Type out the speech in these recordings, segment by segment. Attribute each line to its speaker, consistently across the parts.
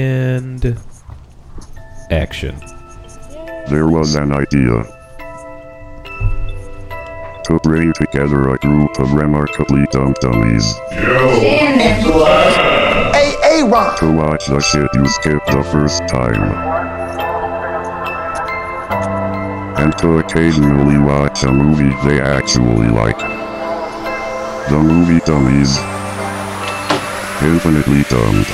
Speaker 1: And
Speaker 2: action.
Speaker 3: There was an idea. To bring together a group of remarkably dumb dummies
Speaker 4: Hey, hey, Ron.
Speaker 3: to watch the shit you skipped the first time. And to occasionally watch a movie they actually like. The movie Dummies. Infinitely Dumbed.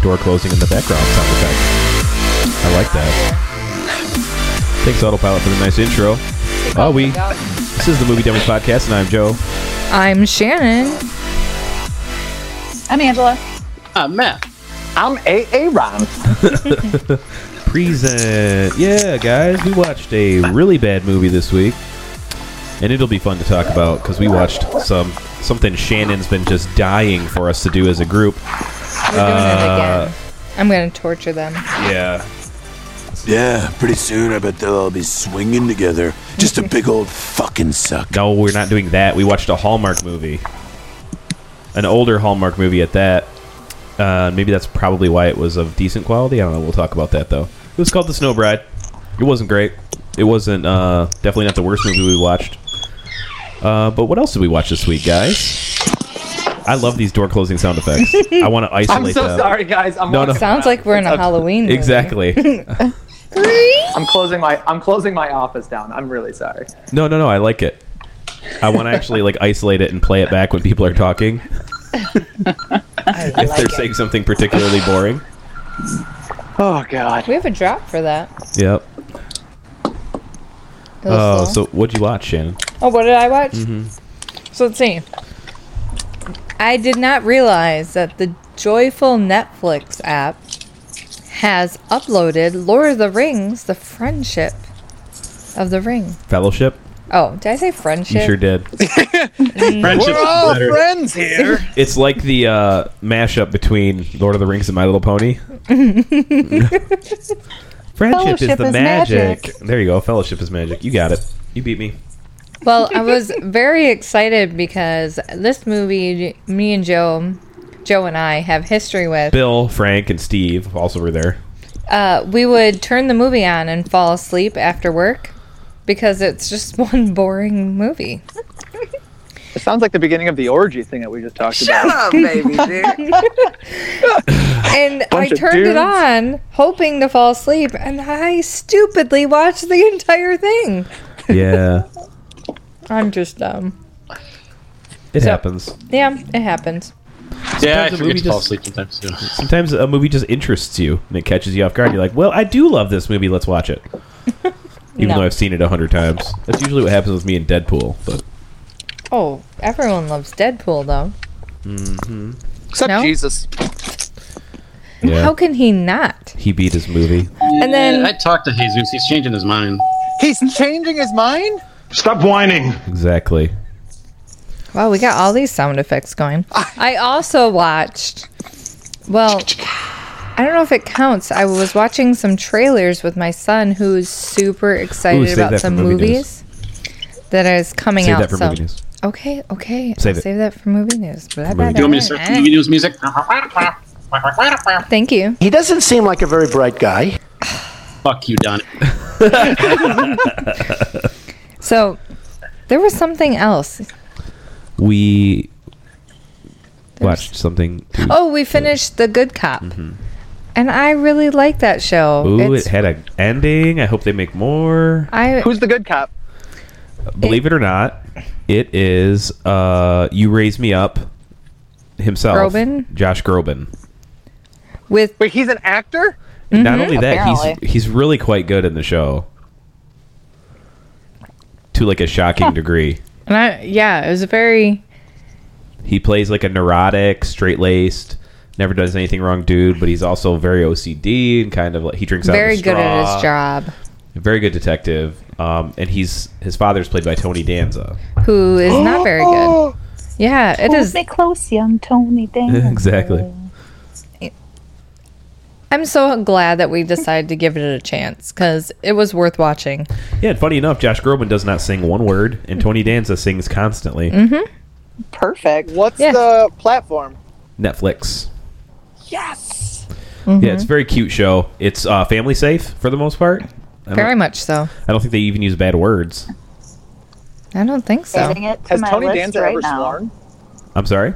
Speaker 2: Door closing in the background sound effect. I like that. Thanks, Autopilot, for the nice intro. Oh, we. This is the Movie Dummies Podcast, and I'm Joe.
Speaker 5: I'm Shannon.
Speaker 6: I'm Angela.
Speaker 7: I'm Matt.
Speaker 4: I'm AA Ron.
Speaker 2: Present. Yeah, guys, we watched a really bad movie this week, and it'll be fun to talk about because we watched some something Shannon's been just dying for us to do as a group.
Speaker 5: We're doing it
Speaker 2: Uh,
Speaker 5: again. I'm gonna torture them.
Speaker 2: Yeah,
Speaker 8: Yeah, pretty soon I bet they'll all be swinging together. Just a big old fucking suck.
Speaker 2: No, we're not doing that. We watched a Hallmark movie, an older Hallmark movie at that. Uh, maybe that's probably why it was of decent quality. I don't know. We'll talk about that though. It was called The Snow Bride. It wasn't great. It wasn't uh, definitely not the worst movie we watched. Uh, but what else did we watch this week, guys? I love these door closing sound effects. I want to isolate
Speaker 4: I'm so
Speaker 2: them.
Speaker 4: sorry, guys. I'm,
Speaker 2: No, no.
Speaker 4: walking
Speaker 5: Sounds
Speaker 4: around.
Speaker 5: like we're in a Halloween. movie.
Speaker 2: Exactly.
Speaker 4: I'm closing my I'm closing my office down. I'm really sorry.
Speaker 2: No, no, no. I like it. I want to actually like isolate it and play it back when people are talking.
Speaker 5: I
Speaker 2: if
Speaker 5: like
Speaker 2: they're
Speaker 5: it.
Speaker 2: saying something particularly boring.
Speaker 4: Oh God.
Speaker 5: We have a drop for that.
Speaker 2: Yep.
Speaker 5: It was
Speaker 2: Oh,
Speaker 5: slow.
Speaker 2: so Mm-hmm. what'd you watch, Shannon?
Speaker 5: oh, what did I watch? So let's see. I did not realize that the joyful Netflix app has uploaded Lord of the Rings: The Friendship of the Ring.
Speaker 2: Fellowship?
Speaker 5: Oh, did I say friendship?
Speaker 2: You sure did.
Speaker 7: Friendship
Speaker 4: All Oh, friends here.
Speaker 2: It's like the uh, mashup between Lord of the Rings and My Little Pony. Friendship is
Speaker 5: Fellowship
Speaker 2: the
Speaker 5: is
Speaker 2: magic.
Speaker 5: magic.
Speaker 2: There you go. Fellowship is magic. You got it. You beat me.
Speaker 5: Well, I was very excited because this movie, me and Joe, Joe and I have history with.
Speaker 2: Bill, Frank, and Steve also were there.
Speaker 5: Uh, we would turn the movie on and fall asleep after work because it's just one boring movie.
Speaker 4: It sounds like the beginning of the orgy thing that we just talked about.
Speaker 5: And I
Speaker 4: Bunch of
Speaker 5: turned it
Speaker 4: dudes.
Speaker 5: on hoping to fall asleep, and I stupidly watched the entire thing.
Speaker 2: Yeah.
Speaker 5: I'm just dumb.
Speaker 2: It happens.
Speaker 5: Yeah, it happens.
Speaker 2: Sometimes
Speaker 7: Yeah,
Speaker 2: the
Speaker 7: I forget
Speaker 2: movie
Speaker 7: to fall
Speaker 2: just-
Speaker 7: asleep sometimes too.
Speaker 2: Sometimes a movie just interests you and it catches you off guard. You're like, well, I do love this movie. Let's watch it. Even
Speaker 5: No.
Speaker 2: though I've seen it a hundred times. That's usually what happens with me and Deadpool. But
Speaker 5: Oh, everyone loves Deadpool, though.
Speaker 4: Except
Speaker 5: No?
Speaker 4: Jesus.
Speaker 2: yeah,
Speaker 5: How can he not?
Speaker 2: he beat his movie.
Speaker 5: And then
Speaker 7: I talked to Jesus. He's changing his mind.
Speaker 4: He's changing his mind.
Speaker 9: Stop whining.
Speaker 2: Exactly.
Speaker 5: Wow, we got all these sound effects going. I also watched. Well, I don't know if it counts. I was watching some trailers with my son, who's super
Speaker 2: Ooh,
Speaker 5: excited
Speaker 2: save
Speaker 5: about
Speaker 2: that for
Speaker 5: some
Speaker 2: movie
Speaker 5: movies that is coming
Speaker 2: Save
Speaker 5: out.
Speaker 2: that for
Speaker 5: so.
Speaker 2: movie news.
Speaker 5: Okay, okay.
Speaker 2: Save
Speaker 5: I'll
Speaker 2: it.
Speaker 5: Save that for movie news. Blah,
Speaker 2: movie
Speaker 5: blah, blah,
Speaker 7: Do you want me to start
Speaker 5: blah.
Speaker 7: the movie news music?
Speaker 5: Thank you.
Speaker 10: He doesn't seem like a very bright guy.
Speaker 7: Fuck you, Don.
Speaker 5: So there was something else.
Speaker 2: We watched something. too.
Speaker 5: Oh, we finished The Good Cop. And I really like that show.
Speaker 2: Mm-hmm. Ooh,
Speaker 5: It's-
Speaker 2: it had an ending. I hope they make more.
Speaker 5: I
Speaker 4: Who's the good cop?
Speaker 2: Believe it or not, it is uh You Raise Me Up himself.
Speaker 5: Groban?
Speaker 2: Josh Groban.
Speaker 5: with
Speaker 4: Wait, he's an actor.
Speaker 5: Mm-hmm.
Speaker 2: Not only that,
Speaker 6: Apparently.
Speaker 2: he's he's really quite good in the show. To like a shocking degree.
Speaker 5: and I yeah, it was a very
Speaker 2: He plays like a neurotic, straight laced, never does anything wrong dude, but he's also very OCD and kind of like he drinks out of a
Speaker 5: very good at
Speaker 2: straw.
Speaker 5: his job.
Speaker 2: very good detective. Um, and he's his father's played by Tony Danza.
Speaker 5: who is not very good. Yeah, it is.
Speaker 6: close, young Tony. Dang.
Speaker 2: exactly.
Speaker 5: I'm so glad that we decided to give it a chance because it was worth watching.
Speaker 2: Yeah, and funny enough, Josh Groban does not sing one word, and Tony Danza sings constantly.
Speaker 5: Mm.
Speaker 1: Perfect.
Speaker 4: What's
Speaker 5: Yeah.
Speaker 4: the platform?
Speaker 2: Netflix.
Speaker 1: Yes.
Speaker 5: Mm-hmm.
Speaker 2: Yeah, it's a very cute show. It's uh, family safe for the most part. I
Speaker 5: Very
Speaker 2: don't,
Speaker 5: much so.
Speaker 2: I don't think they even use bad words.
Speaker 5: I don't think so.
Speaker 1: Adding it to
Speaker 4: Has
Speaker 1: my
Speaker 4: Tony
Speaker 1: list
Speaker 4: Danza
Speaker 1: right
Speaker 4: ever
Speaker 1: now.
Speaker 4: sworn?
Speaker 2: I'm sorry.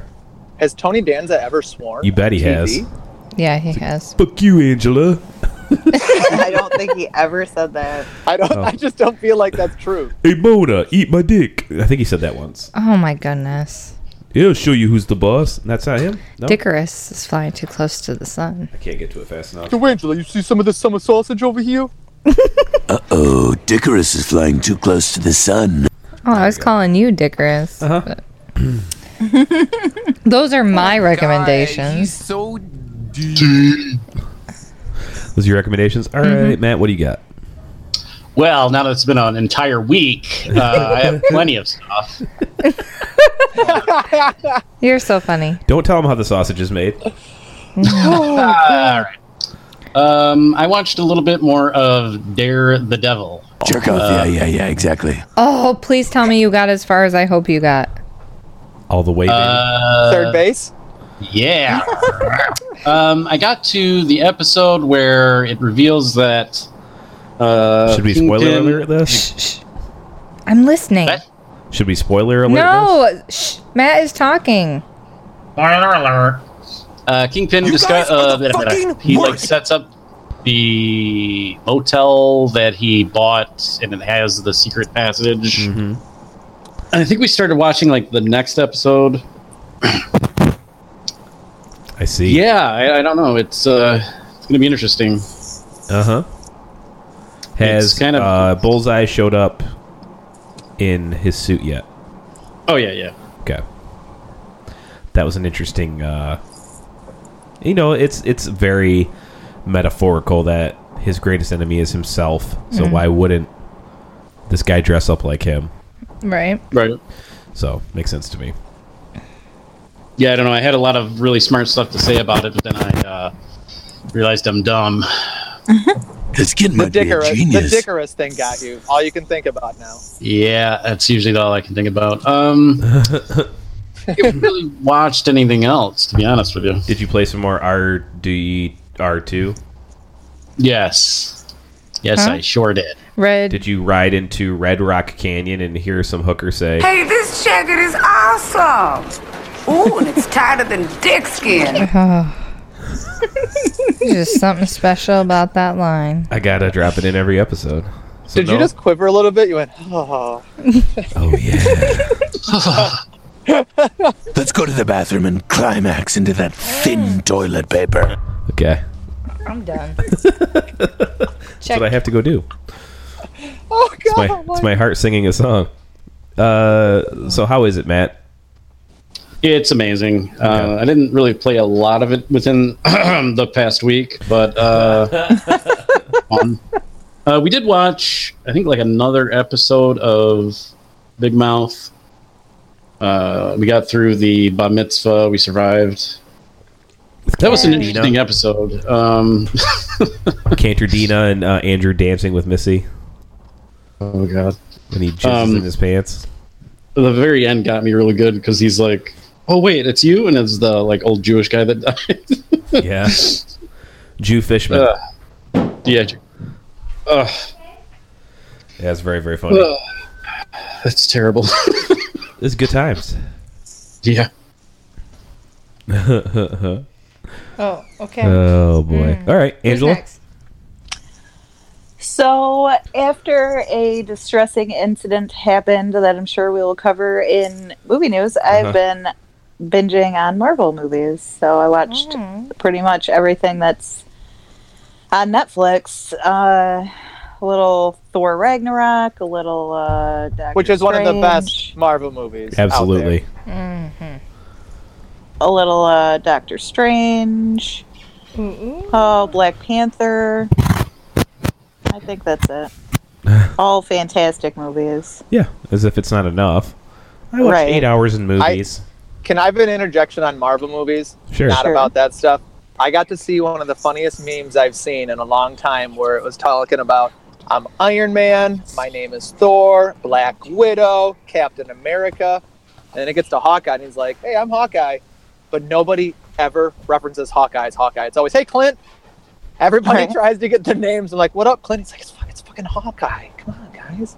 Speaker 4: Has Tony Danza ever sworn?
Speaker 2: You bet he
Speaker 4: on
Speaker 2: has.
Speaker 4: TV?
Speaker 5: Yeah, he has.
Speaker 2: Fuck you, Angela.
Speaker 1: I don't think he ever said that.
Speaker 4: I don't.
Speaker 2: Oh.
Speaker 4: I just don't feel like that's true.
Speaker 2: Hey, Mona, eat my dick. I think he said that once.
Speaker 5: Oh my goodness.
Speaker 2: He'll show you who's the boss. And that's not him. No,
Speaker 5: Dickerus is flying too close to the sun.
Speaker 2: I can't get to it fast enough.
Speaker 4: Angela, you see some of the summer sausage over here?
Speaker 8: Oh, Dickerus is flying too close to the sun.
Speaker 5: Oh, I was calling you Dickerus.
Speaker 2: Uh-huh.
Speaker 5: but- Those are my recommendations.
Speaker 6: so
Speaker 2: Those are your recommendations. All right,
Speaker 5: Mm-hmm.
Speaker 2: Matt, what do you got?
Speaker 7: Well, now that it's been an entire week, uh, I have plenty of stuff.
Speaker 5: You're so funny.
Speaker 2: Don't tell him how the sausage is made.
Speaker 7: All right. Um, I watched a little bit more of Dare the Devil.
Speaker 8: Jerk off. yeah, yeah, yeah, exactly.
Speaker 5: Oh, please tell me you got as far as I hope you got.
Speaker 2: All the way. baby.
Speaker 7: Uh,
Speaker 2: Uh,
Speaker 4: Third base.
Speaker 7: Yeah. um, I got to the episode where it reveals that. Uh,
Speaker 2: Should we
Speaker 7: Kingpin-
Speaker 2: spoiler alert this?
Speaker 5: I'm listening.
Speaker 7: What?
Speaker 2: Should we spoiler alert this?
Speaker 5: No, shh, Matt is talking.
Speaker 7: Spoiler alert. Uh, Kingpin
Speaker 8: You
Speaker 7: discuss-
Speaker 8: guys are
Speaker 7: uh,
Speaker 8: the
Speaker 7: blah, blah, blah.
Speaker 8: fucking
Speaker 7: he like
Speaker 8: worst.
Speaker 7: sets up the motel that he bought and it has the secret passage. And I think we started watching like the next episode.
Speaker 2: I see.
Speaker 7: Yeah, I, I don't know. It's uh, it's gonna be interesting.
Speaker 2: Uh huh. Has
Speaker 7: It's kind of-
Speaker 2: uh, Bullseye showed up in his suit yet?
Speaker 7: Oh yeah, yeah.
Speaker 2: Okay. That was an interesting. Uh, you know, it's it's very metaphorical that his greatest enemy is himself. So
Speaker 4: Mm-hmm.
Speaker 2: why wouldn't this guy dress up like him?
Speaker 5: Right.
Speaker 7: Right.
Speaker 2: So makes sense to me.
Speaker 7: Yeah, I don't know. I had a lot of really smart stuff to say about it, but then I uh, realized I'm dumb.
Speaker 8: This kid
Speaker 4: The
Speaker 8: might be a
Speaker 4: Dickerus. The
Speaker 8: genius.
Speaker 4: Dickerus thing got you. All you can think about now.
Speaker 7: Yeah, that's usually all I can think about. Um, I haven't really watched anything else, to be honest with you.
Speaker 2: Did you play some more R D R two?
Speaker 7: Yes. Yes, I sure did.
Speaker 5: Red.
Speaker 2: Did you ride into Red Rock Canyon and hear some hooker say?
Speaker 9: Hey, this jacket is awesome. Ooh, and it's tighter than dick skin.
Speaker 5: There's just something special about that line.
Speaker 2: I gotta drop it in every episode. So
Speaker 4: Did you
Speaker 2: no-
Speaker 4: just quiver a little bit? You went, oh.
Speaker 2: Oh yeah.
Speaker 8: Let's go to the bathroom and climax into that thin toilet paper.
Speaker 2: okay.
Speaker 5: I'm done.
Speaker 2: That's
Speaker 5: Check.
Speaker 2: what I have to go do.
Speaker 4: Oh
Speaker 2: It's
Speaker 4: god.
Speaker 2: my, it's my heart singing a song. Uh, so how is it, Matt?
Speaker 7: It's amazing. Uh, I didn't really play a lot of it within the past week, but uh, fun. Uh, we did watch, I think, like another episode of Big Mouth. Uh, we got through the bat mitzvah. We survived. That was an
Speaker 2: Cantor
Speaker 7: interesting
Speaker 2: Dina-
Speaker 7: episode. Um,
Speaker 2: Cantor Dina and uh, Andrew dancing with Missy
Speaker 7: oh god.
Speaker 2: when he jizzes
Speaker 7: Um,
Speaker 2: in his pants.
Speaker 7: the very end got me really good because he's like, "Oh wait, it's you," and it's the like old Jewish guy that died.
Speaker 2: Yeah. Jew Fishman.
Speaker 4: Uh,
Speaker 7: Ugh. yeah, Jew- Ugh,
Speaker 2: Yeah, it's very very funny.
Speaker 4: uh.
Speaker 7: Ugh. that's terrible.
Speaker 2: It's good times.
Speaker 7: yeah,
Speaker 5: Oh, okay.
Speaker 2: Oh boy. All right, Angela.
Speaker 1: So, after a distressing incident happened that I'm sure we will cover in movie news, I've been binging on Marvel movies. So, I watched
Speaker 5: Mm. Oh.
Speaker 1: pretty much everything that's on Netflix. Uh, a little Thor Ragnarok, a little uh, Doctor
Speaker 4: Which is one of the
Speaker 1: Strange,
Speaker 4: best Marvel movies. out
Speaker 2: Absolutely.
Speaker 4: there.
Speaker 1: A little uh, Doctor Strange. Oh, Black Panther. I think that's it. All fantastic movies.
Speaker 2: Yeah, as if it's not enough. I watched
Speaker 1: Right.
Speaker 2: eight hours in movies.
Speaker 4: Can I have an interjection on Marvel movies?
Speaker 2: Sure.
Speaker 4: Not
Speaker 1: Sure.
Speaker 4: about that stuff. I got to see one of the funniest memes I've seen in a long time where it was talking about I'm Iron Man, my name is Thor, Black Widow, Captain America. And then it gets to Hawkeye and he's like, hey, I'm Hawkeye. But nobody ever references Hawkeye as Hawkeye. It's always, hey, Clint. Everybody
Speaker 1: Right.
Speaker 4: tries to get their names. I'm like, what up, Clint? He's like, it's, fuck- it's fucking Hawkeye. Come on, guys.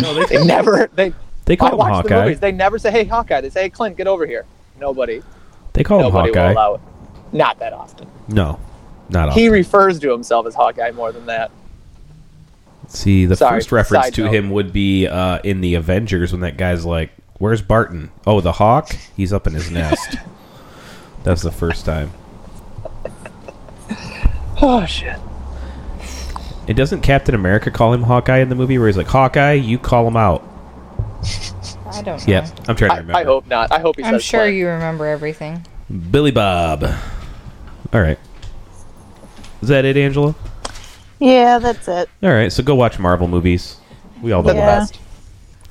Speaker 2: No,
Speaker 4: They never, they,
Speaker 2: They
Speaker 4: I
Speaker 2: call him
Speaker 4: watch the
Speaker 2: Hawkeye.
Speaker 4: movies. They never say, hey, Hawkeye. They say, hey, Clint, get over here. Nobody,
Speaker 2: they call him
Speaker 4: nobody will
Speaker 2: Oh, Hawkeye.
Speaker 4: allow it. Not that often.
Speaker 2: No, not often.
Speaker 4: He refers to himself as Hawkeye more than that.
Speaker 2: See, the
Speaker 4: Sorry,
Speaker 2: first reference
Speaker 4: side
Speaker 2: to
Speaker 4: note.
Speaker 2: him would be uh, in the Avengers when that guy's like, "Where's Barton? Oh, the hawk. He's up in his nest." That's the first time.
Speaker 4: Oh shit.
Speaker 2: And doesn't Captain America call him Hawkeye in the movie where he's like, "Hawkeye, you call him out."
Speaker 5: I don't know.
Speaker 2: Yep, I'm trying to
Speaker 4: Uh-huh. I,
Speaker 2: remember.
Speaker 4: I hope not. I hope he
Speaker 5: I'm
Speaker 4: says
Speaker 5: sure
Speaker 4: Clint.
Speaker 5: you remember everything.
Speaker 2: Billy Bob. All right. Is that it, Angela?
Speaker 1: Yeah, that's it.
Speaker 2: All right. So go watch Marvel movies. We all know
Speaker 4: the
Speaker 1: Yeah.
Speaker 2: that.
Speaker 4: best.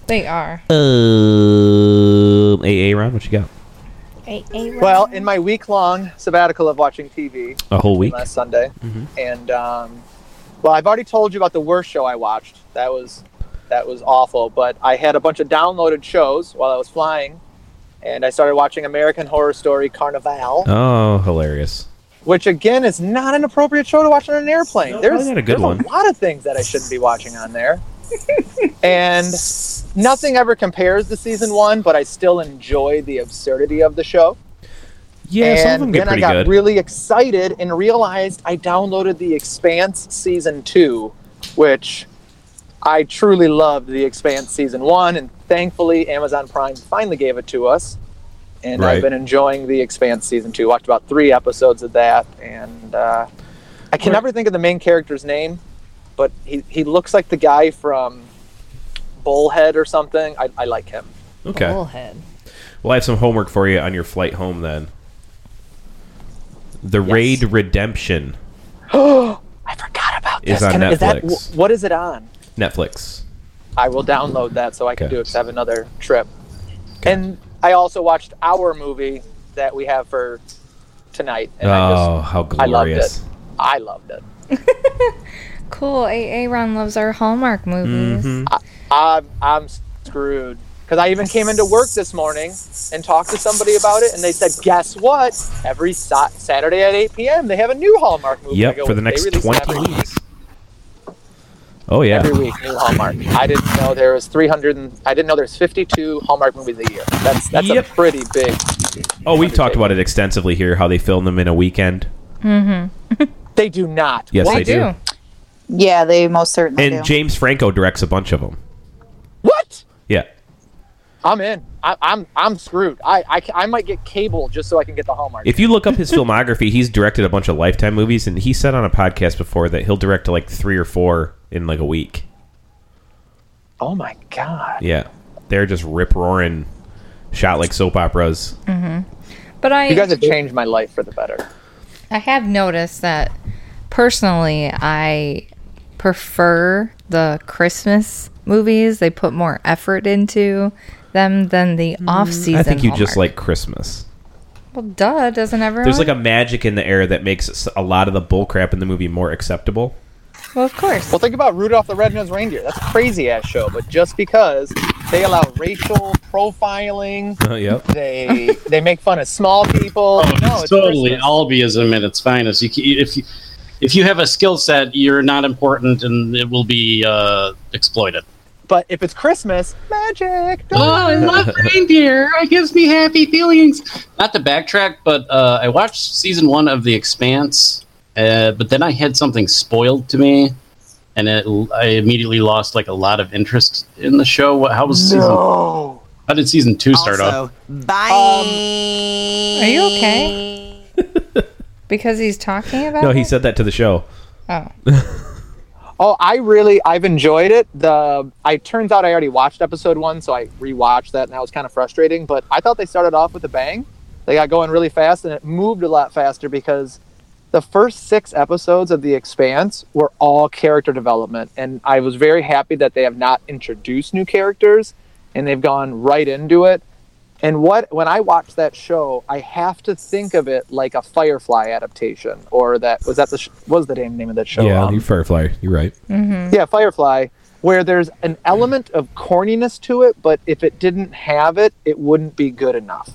Speaker 5: They are.
Speaker 2: Um, AA Ron, what you got?
Speaker 4: Well, in my week-long sabbatical of watching TV
Speaker 2: A whole week. Mm-hmm.
Speaker 4: last Sunday, and um, well, I've already told you about the worst show I watched. That was that was awful. But I had a bunch of downloaded shows while I was flying, and I started watching American Horror Story Carnival,
Speaker 2: Oh, hilarious.
Speaker 4: which again is not an appropriate show to watch on an airplane.
Speaker 2: No,
Speaker 4: there's
Speaker 2: probably not a good
Speaker 4: there's
Speaker 2: one.
Speaker 4: a lot of things that I shouldn't be watching on there, and nothing ever compares to season one. But I still enjoy the absurdity of the show.
Speaker 2: Yeah,
Speaker 4: and
Speaker 2: some of them get
Speaker 4: then I
Speaker 2: pretty
Speaker 4: got
Speaker 2: good.
Speaker 4: really excited and realized I downloaded The Expanse season two, which I truly loved. The Expanse season one, and thankfully Amazon Prime finally gave it to us, and
Speaker 2: Right.
Speaker 4: I've been enjoying The Expanse season two. Watched about three episodes of that, and uh, I can never think of the main character's name, but he he looks like the guy from Bullhead or something. I, I like him.
Speaker 2: okay.
Speaker 5: Bullhead.
Speaker 2: Well, I have some homework for you on your flight home then. The Raid Redemption
Speaker 4: I forgot about
Speaker 2: Is
Speaker 4: this.
Speaker 2: on
Speaker 4: Can I- that,
Speaker 2: Netflix.
Speaker 4: wh- what is it on?
Speaker 2: Netflix.
Speaker 4: I will download that so I can
Speaker 2: Okay.
Speaker 4: do it 'cause I have another trip. And I also watched our movie that we have for tonight. And I,
Speaker 2: Oh,
Speaker 4: just,
Speaker 2: how
Speaker 4: I loved
Speaker 2: glorious!
Speaker 4: it. I loved it.
Speaker 5: Cool. AA Ron loves our Hallmark movies.
Speaker 2: Mm-hmm.
Speaker 4: I'm, I'm screwed. Because I even came into work this morning and talked to somebody about it, and they said, guess what? Every sa- Saturday at 8 p.m., they have a new Hallmark movie. I
Speaker 2: Yep,
Speaker 4: go,
Speaker 2: for the
Speaker 4: "They
Speaker 2: next
Speaker 4: release
Speaker 2: twenty
Speaker 4: every,
Speaker 2: weeks. Oh yeah,
Speaker 4: Every week, new Hallmark. I didn't know there was 300. And, I didn't know there's 52 Hallmark movies a year. That's that's
Speaker 2: Yep.
Speaker 4: a pretty big
Speaker 2: Oh, we've talked about it extensively here. How they film them in a weekend.
Speaker 4: They do not.
Speaker 2: Yes,
Speaker 5: I
Speaker 2: they do.
Speaker 5: do.
Speaker 1: Yeah, they most certainly
Speaker 2: And
Speaker 1: do.
Speaker 2: James Franco directs a bunch of them.
Speaker 4: What?
Speaker 2: Yeah.
Speaker 4: I'm in. I, I'm I'm screwed. I, I ca- I might get cable just so I can get the Hallmark.
Speaker 2: If you look up his filmography, he's directed a bunch of Lifetime movies, and he said on a podcast before that he'll direct like three or four in like a week.
Speaker 4: oh my god.
Speaker 2: Yeah, they're just rip roaring, shot like soap operas.
Speaker 5: But I
Speaker 4: You guys have changed my life for the better.
Speaker 5: I have noticed that personally, I prefer the Christmas movies. They put more effort into them than the off season.
Speaker 2: Mm, I think you just like Christmas.
Speaker 5: Well, duh, doesn't everyone?
Speaker 2: There's like a magic in the air that makes s- a lot of the bullcrap in the movie more acceptable.
Speaker 5: well, of course.
Speaker 4: Well, think about Rudolph the Red-Nosed Reindeer. That's a crazy ass show, but just because they allow racial profiling,
Speaker 2: Oh, yep.
Speaker 4: they they make fun of small people.
Speaker 7: Oh,
Speaker 4: no,
Speaker 7: it's
Speaker 4: it's
Speaker 7: totally
Speaker 4: Christmas.
Speaker 7: albiism at its finest. You, ca- if you if you have a skill set, you're not important, and it will be uh, exploited.
Speaker 4: But if it's Christmas, magic.
Speaker 7: Oh, I love reindeer. It gives me happy feelings. Not to backtrack, but uh, I watched season one of The Expanse, uh, but then I had something spoiled to me, and it, I immediately lost like a lot of interest in the show. What- How was season?
Speaker 4: Oh.
Speaker 7: How did season two start off?
Speaker 6: bye.
Speaker 1: Um,
Speaker 5: Are you okay? because he's talking about.
Speaker 2: No, he
Speaker 5: it?
Speaker 2: said that to the show.
Speaker 5: Oh,
Speaker 4: Oh, I really I've enjoyed it. The I turns out I already watched episode one, so I rewatched that, and that was kind of frustrating. But I thought they started off with a bang. They got going really fast, and it moved a lot faster because the first six episodes of The Expanse were all character development, and I was very happy that they have not introduced new characters, and they've gone right into it. And what when I watch that show, I have to think of it like a Firefly adaptation, or that was that the sh- was the damn name of that
Speaker 7: Oh,
Speaker 4: show?
Speaker 2: yeah,
Speaker 4: Um,
Speaker 2: you Firefly. You're right.
Speaker 4: yeah, Firefly, where there's an element of corniness to it, but if it didn't have it, it wouldn't be good enough.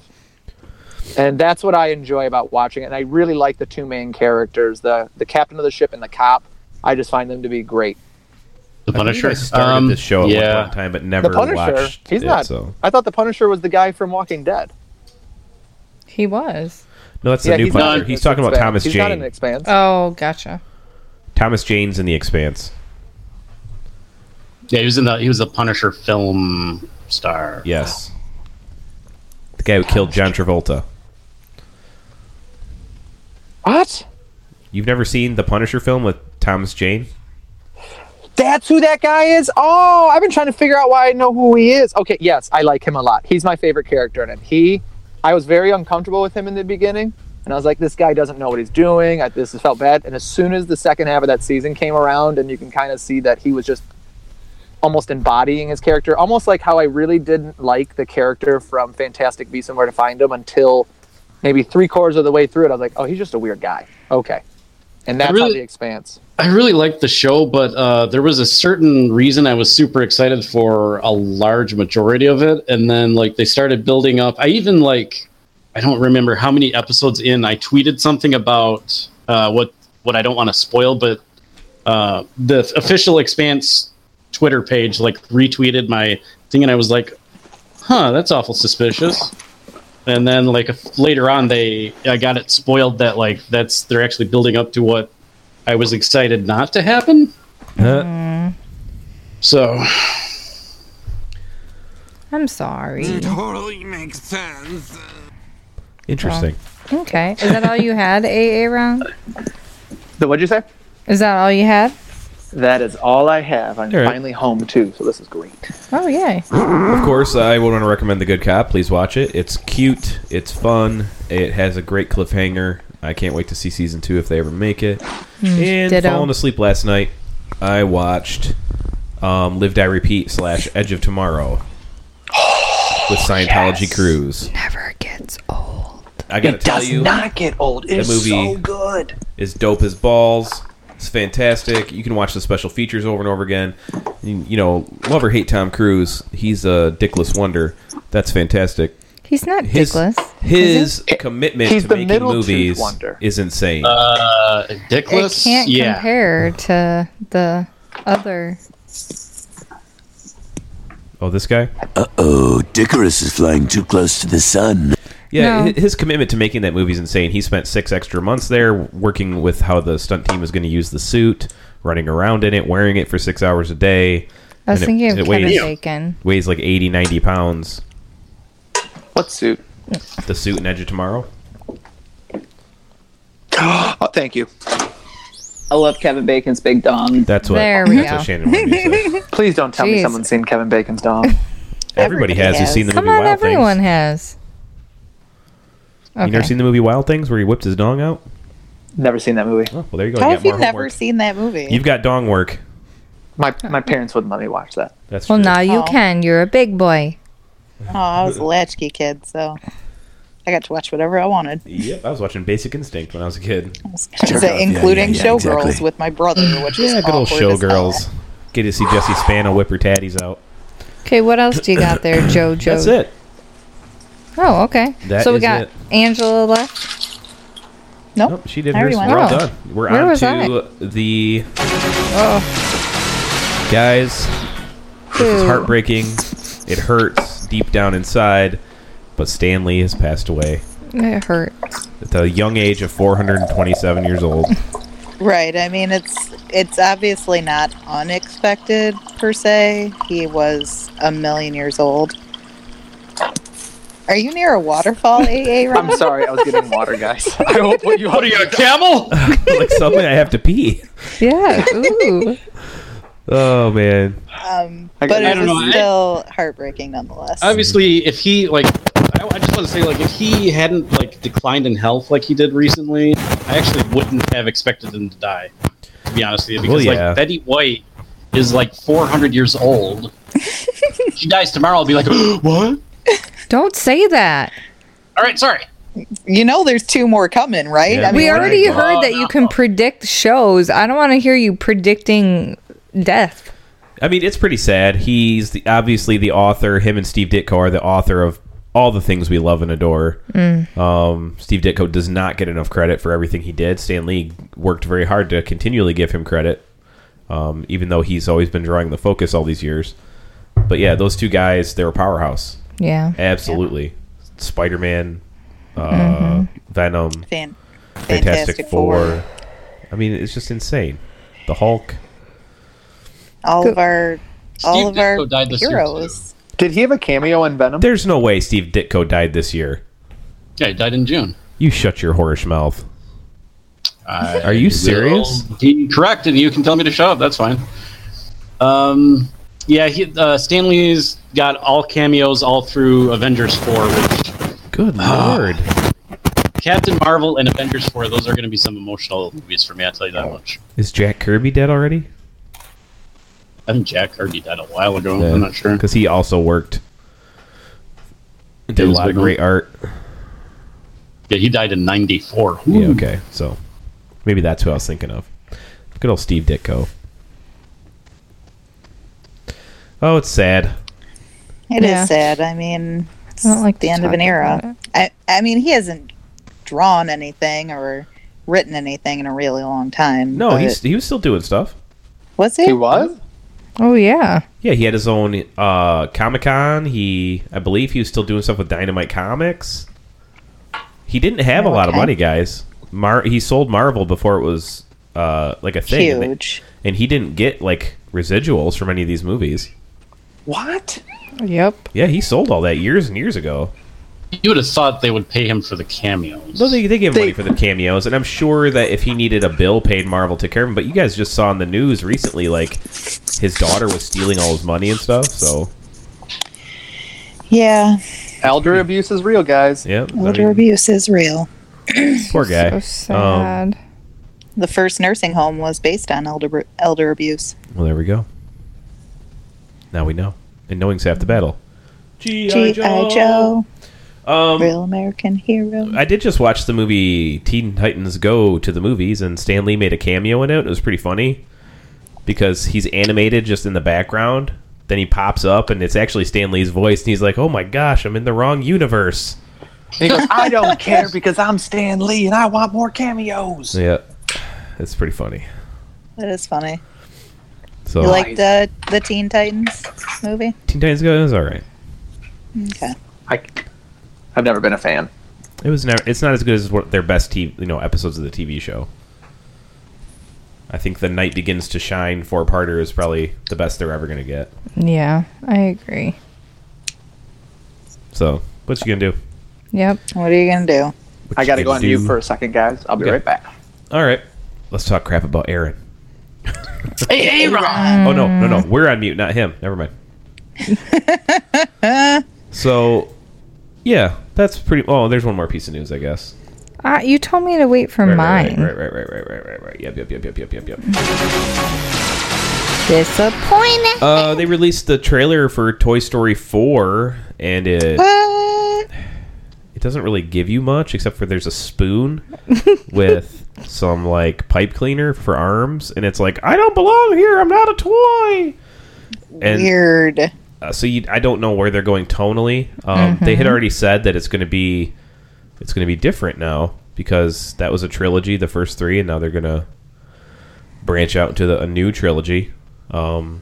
Speaker 4: And that's what I enjoy about watching it. And I really like the two main characters, the the captain of the ship and the cop. I just find them to be great.
Speaker 7: The
Speaker 2: I believe
Speaker 7: Punisher.
Speaker 2: I started
Speaker 7: Um,
Speaker 2: this show at
Speaker 7: yeah.
Speaker 2: one point in time, but never
Speaker 4: the Punisher,
Speaker 2: watched
Speaker 4: he's
Speaker 2: it,
Speaker 4: not.
Speaker 2: So
Speaker 4: I thought the Punisher was the guy from Walking Dead.
Speaker 5: He was.
Speaker 2: no, that's
Speaker 4: yeah,
Speaker 2: the new
Speaker 4: he's not
Speaker 2: Punisher.
Speaker 4: in
Speaker 2: He's
Speaker 4: the
Speaker 2: talking about
Speaker 4: Expanse.
Speaker 2: Thomas
Speaker 4: he's
Speaker 2: Jane.
Speaker 4: not in the Expanse.
Speaker 5: Oh, gotcha.
Speaker 2: Thomas Jane's in the Expanse.
Speaker 7: Yeah, he was in the he was the Punisher film star.
Speaker 2: Yes, the guy who killed John Travolta.
Speaker 4: What?
Speaker 2: You've never seen the Punisher film with Thomas Jane?
Speaker 4: That's who that guy is. Oh, I've been trying to figure out why I know who he is. Okay, yes, I like him a lot. He's my favorite character in it. He, I was very uncomfortable with him in the beginning, and I was like, this guy doesn't know what he's doing. I, this felt bad. And as soon as the second half of that season came around, and you can kind of see that he was just almost embodying his character, almost like how I really didn't like the character from Fantastic Beasts and Where to Find Him until maybe three quarters of the way through it. I was like, oh, he's just a weird guy. Okay, and that's how
Speaker 7: really-
Speaker 4: the expanse.
Speaker 7: I really liked the show, but uh, there was a certain reason I was super excited for a large majority of it, and then like they started building up. I even like I don't remember how many episodes in I tweeted something about uh, what what I don't want to spoil, but uh, the official Expanse Twitter page like retweeted my thing, and I was like, "Huh, that's awful suspicious." And then like if- later on, they I got it spoiled that like that's they're actually building up to what I was excited not to happen.
Speaker 2: Huh?
Speaker 7: So
Speaker 5: I'm sorry.
Speaker 8: Totally makes sense.
Speaker 2: Interesting.
Speaker 5: Okay. Is that all you had, AA round?
Speaker 4: So what'd you say?
Speaker 5: Is that all you had?
Speaker 4: That is all I have. I'm
Speaker 2: All right.
Speaker 4: finally home too, so this is great.
Speaker 5: Oh, yay.
Speaker 2: Of course, I would want to recommend The Good Cop. Please watch it. It's cute. It's fun. It has a great cliffhanger. I can't wait to see season two if they ever make it. and
Speaker 5: ditto.
Speaker 2: falling asleep last night, I watched um, Live Die Repeat slash Edge of Tomorrow with
Speaker 4: Oh,
Speaker 2: Scientology Cruise.
Speaker 5: Never gets old.
Speaker 2: I gotta tell you,
Speaker 4: not get old. It's
Speaker 2: movie- so
Speaker 4: good.
Speaker 2: is dope as balls. It's fantastic. You can watch the special features over and over again. You, you know, love or hate Tom Cruise, he's a dickless wonder. That's fantastic.
Speaker 5: He's not
Speaker 2: His
Speaker 5: dickless.
Speaker 2: his
Speaker 5: is
Speaker 2: commitment
Speaker 4: He's
Speaker 2: to
Speaker 4: the
Speaker 2: making
Speaker 4: middle tooth
Speaker 2: movies
Speaker 4: wonder.
Speaker 2: is insane.
Speaker 7: uh
Speaker 5: he? It
Speaker 7: Dickless.
Speaker 5: can't
Speaker 7: yeah.
Speaker 5: compare to the other.
Speaker 2: oh, this guy?
Speaker 8: Oh, Dickerus is flying too close to the sun.
Speaker 2: Yeah,
Speaker 5: No.
Speaker 2: hi- his commitment to making that movie is insane. He spent six extra months there working with how the stunt team was going to use the suit, running around in it, wearing it for six hours a day.
Speaker 5: I
Speaker 2: And
Speaker 5: was
Speaker 2: it-
Speaker 5: thinking of
Speaker 2: it
Speaker 5: Kevin
Speaker 2: weighs-
Speaker 5: Bacon.
Speaker 2: Weighs like 80, 90 pounds.
Speaker 4: What suit?
Speaker 2: The suit in Edge of Tomorrow.
Speaker 4: Oh, thank you. I love Kevin Bacon's big dong.
Speaker 2: That's what,
Speaker 5: There we
Speaker 2: that's
Speaker 5: go.
Speaker 2: what Shannon Wendy said.
Speaker 4: Please don't tell
Speaker 5: Jeez.
Speaker 4: me someone's seen Kevin Bacon's dong.
Speaker 2: Everybody
Speaker 1: Everybody
Speaker 2: has. You've
Speaker 1: has.
Speaker 2: seen the
Speaker 5: Come
Speaker 2: movie
Speaker 5: on,
Speaker 2: Wild
Speaker 5: everyone
Speaker 2: Things.
Speaker 5: has. Okay.
Speaker 2: You never seen the movie Wild Things where he whipped his dong out?
Speaker 4: Never seen that movie.
Speaker 2: Oh, well, there you go.
Speaker 1: How
Speaker 2: You
Speaker 1: have
Speaker 2: got
Speaker 1: you
Speaker 2: more
Speaker 1: never
Speaker 2: homework.
Speaker 1: seen that movie?
Speaker 2: You've got dong work.
Speaker 4: My my parents wouldn't let me watch that.
Speaker 2: That's
Speaker 5: well,
Speaker 2: true.
Speaker 5: now you
Speaker 1: Oh.
Speaker 5: can. You're a big boy.
Speaker 1: Oh, I was a latchkey kid, so I got to watch whatever I wanted.
Speaker 2: Yep, I was watching Basic Instinct when I was a kid.
Speaker 1: I was gonna
Speaker 8: Sure. Yeah,
Speaker 1: say,
Speaker 8: yeah,
Speaker 1: including
Speaker 8: yeah,
Speaker 1: Showgirls
Speaker 8: exactly.
Speaker 1: with my brother, which was
Speaker 2: Yeah, good old
Speaker 1: awkward as hell.
Speaker 2: showgirls. Get to see Jesse Spano whip her tatties out.
Speaker 5: Okay, what else do you got there, JoJo?
Speaker 2: That's it.
Speaker 5: Oh, okay.
Speaker 2: That
Speaker 5: so we
Speaker 2: is
Speaker 5: got
Speaker 2: it.
Speaker 5: Angela left.
Speaker 1: Nope.
Speaker 2: Nope, she did
Speaker 1: I already
Speaker 2: hers.
Speaker 1: went.
Speaker 2: We're all
Speaker 5: Oh.
Speaker 2: done. We're
Speaker 5: Where
Speaker 2: on
Speaker 5: was
Speaker 2: to the guys. This is
Speaker 5: Boo.
Speaker 2: heartbreaking. It hurts deep down inside, but Stanley has passed away
Speaker 5: It hurt.
Speaker 2: at the young age of 427 years old.
Speaker 1: Right. I mean, it's it's obviously not unexpected per se. He was a million years old. Are you near a waterfall, AA? Rob?
Speaker 4: I'm sorry, I was getting water, guys. I hope what you
Speaker 7: What are you, a camel?
Speaker 2: like suddenly I have to pee.
Speaker 5: Yeah. Ooh.
Speaker 2: Oh man,
Speaker 1: Um,
Speaker 4: I
Speaker 1: but
Speaker 4: got- I
Speaker 1: it
Speaker 7: don't
Speaker 1: was
Speaker 7: know, I-
Speaker 1: still heartbreaking nonetheless.
Speaker 7: Obviously, if he like, I, I just want to say like, if he hadn't like declined in health like he did recently, I actually wouldn't have expected him to die. To be honest with you, because
Speaker 2: yeah.
Speaker 7: like Betty White is like 400 years old. she dies tomorrow. I'll be like, what?
Speaker 5: Don't say that.
Speaker 7: All right, sorry.
Speaker 1: You know, there's two more coming, right?
Speaker 2: Yeah.
Speaker 1: I mean,
Speaker 5: We
Speaker 2: Oh,
Speaker 5: already
Speaker 2: no.
Speaker 5: heard that you can predict shows. I don't want to hear you predicting death.
Speaker 2: I mean, it's pretty sad. He's the, obviously the author. Him and Steve Ditko are the author of all the things we love and adore. Um, Steve Ditko does not get enough credit for everything he did. Stan Lee worked very hard to continually give him credit, um, even though he's always been drawing the focus all these years. But yeah, those two guys, they're a powerhouse.
Speaker 5: Yeah.
Speaker 2: Absolutely. Spider Man, uh, Venom,
Speaker 1: fan-
Speaker 2: Fantastic, Four. I mean, it's just insane. The Hulk.
Speaker 1: All of our, all of
Speaker 7: Steve
Speaker 1: our
Speaker 7: Ditko died this year,
Speaker 1: heroes.
Speaker 4: Did he have a cameo in Venom?
Speaker 2: There's no way Steve Ditko died this year.
Speaker 7: Yeah, he died in June.
Speaker 2: You shut your whorish mouth.
Speaker 7: I
Speaker 2: Are you serious?
Speaker 7: will be correct, and you can tell me to shut up. That's fine. Um, yeah, he, uh, Stanley's got all cameos all through Avengers Four, which
Speaker 2: Good lord.
Speaker 7: Captain Marvel and Avengers Four. Those are going to be some emotional movies for me. I tell you that much.
Speaker 2: Is Jack Kirby dead already?
Speaker 7: I think Jack Kirby died a while ago. I'm not sure.
Speaker 2: Because he also worked. Did a
Speaker 7: was
Speaker 2: lot of
Speaker 7: big
Speaker 2: great
Speaker 7: one.
Speaker 2: art.
Speaker 7: Yeah, he died in '94.
Speaker 2: Yeah, okay. So maybe that's who I was thinking of. Good old Steve Ditko. Oh, it's sad.
Speaker 1: It is
Speaker 5: Yeah.
Speaker 1: sad. I mean, it's
Speaker 5: I don't like
Speaker 1: the
Speaker 5: to
Speaker 1: end of
Speaker 5: talk
Speaker 1: an
Speaker 5: about
Speaker 1: era.
Speaker 5: it.
Speaker 1: I, I mean, he hasn't drawn anything or written anything in a really long time.
Speaker 2: No,
Speaker 1: but-
Speaker 2: he's, he was still doing stuff.
Speaker 1: was he?
Speaker 4: He was.
Speaker 5: Oh yeah.
Speaker 2: Yeah, he had his own uh, Comic Con. He, I believe, he was still doing stuff with Dynamite Comics. He didn't have a lot of
Speaker 1: Okay.
Speaker 2: money, guys. Mar- he sold Marvel before it was uh, like a thing, and they-
Speaker 1: huge.
Speaker 2: and he didn't get like residuals from any of these movies.
Speaker 4: What?
Speaker 5: Yep.
Speaker 2: Yeah, he sold all that years and years ago.
Speaker 7: You would have thought they would pay him for the cameos.
Speaker 2: No, they, they gave him
Speaker 4: They-
Speaker 2: money for the cameos, and I'm sure that if he needed a bill paid, Marvel took care of him. But you guys just saw in the news recently, like his daughter was stealing all his money and stuff. So
Speaker 1: Yeah,
Speaker 4: Elder abuse is real, guys.
Speaker 2: yeah, I
Speaker 1: elder
Speaker 2: mean,
Speaker 1: abuse is real.
Speaker 2: poor guy.
Speaker 5: So
Speaker 2: Um,
Speaker 5: sad.
Speaker 1: The first nursing home was based on elder bru- elder abuse.
Speaker 2: Well, there we go. Now we know. And knowing's half the battle.
Speaker 1: G.I. Joe,
Speaker 2: Um,
Speaker 1: real American hero.
Speaker 2: I did just watch the movie Teen Titans Go to the movies, and Stan Lee made a cameo in it. It was pretty funny because he's animated just in the background. Then he pops up, and it's actually Stan Lee's voice, and he's like, "Oh my gosh, I'm in the wrong universe."
Speaker 4: He goes, I don't care because I'm Stan Lee and I want more cameos.
Speaker 2: Yeah, it's pretty funny.
Speaker 1: That is funny.
Speaker 2: So
Speaker 1: You liked uh, the Teen Titans movie?
Speaker 2: Teen Titans Go is all right.
Speaker 1: Okay.
Speaker 4: I, I've never been a fan.
Speaker 2: It was never. It's not as good as what their best TV, you know episodes of the TV show. I think the night begins to shine four parter is probably the best they're ever gonna get.
Speaker 5: Yeah, I agree.
Speaker 2: So what you gonna do?
Speaker 5: Yep.
Speaker 1: What are you gonna do?
Speaker 2: What
Speaker 4: I
Speaker 2: you
Speaker 4: gotta go
Speaker 2: gonna
Speaker 4: on mute
Speaker 2: do?
Speaker 4: for a second, guys. I'll be
Speaker 2: Okay.
Speaker 4: right back.
Speaker 2: All right, let's talk crap about Aaron.
Speaker 7: hey, hey, Ron.
Speaker 2: Oh no, no, no, we're on mute, not him. Never mind. so, yeah, that's pretty. Oh, there's one more piece of news, I guess.
Speaker 5: Uh, you told me to wait for
Speaker 2: Right, right,
Speaker 5: mine.
Speaker 2: Right, right, right, right, right, right, right. Yep, yep, yep, yep, yep, yep, yep.
Speaker 5: Disappointed.
Speaker 2: Uh, they released the trailer for Toy Story 4, and it it doesn't really give you much except for there's a spoon with some like pipe cleaner for arms, and it's like I don't belong here. I'm not a toy. And
Speaker 1: Weird.
Speaker 2: uh, so you, I don't know where they're going tonally. Um, They had already said that it's going to be it's going to be different now because that was a trilogy, the first three, and now they're going to branch out into the, a new trilogy. Um,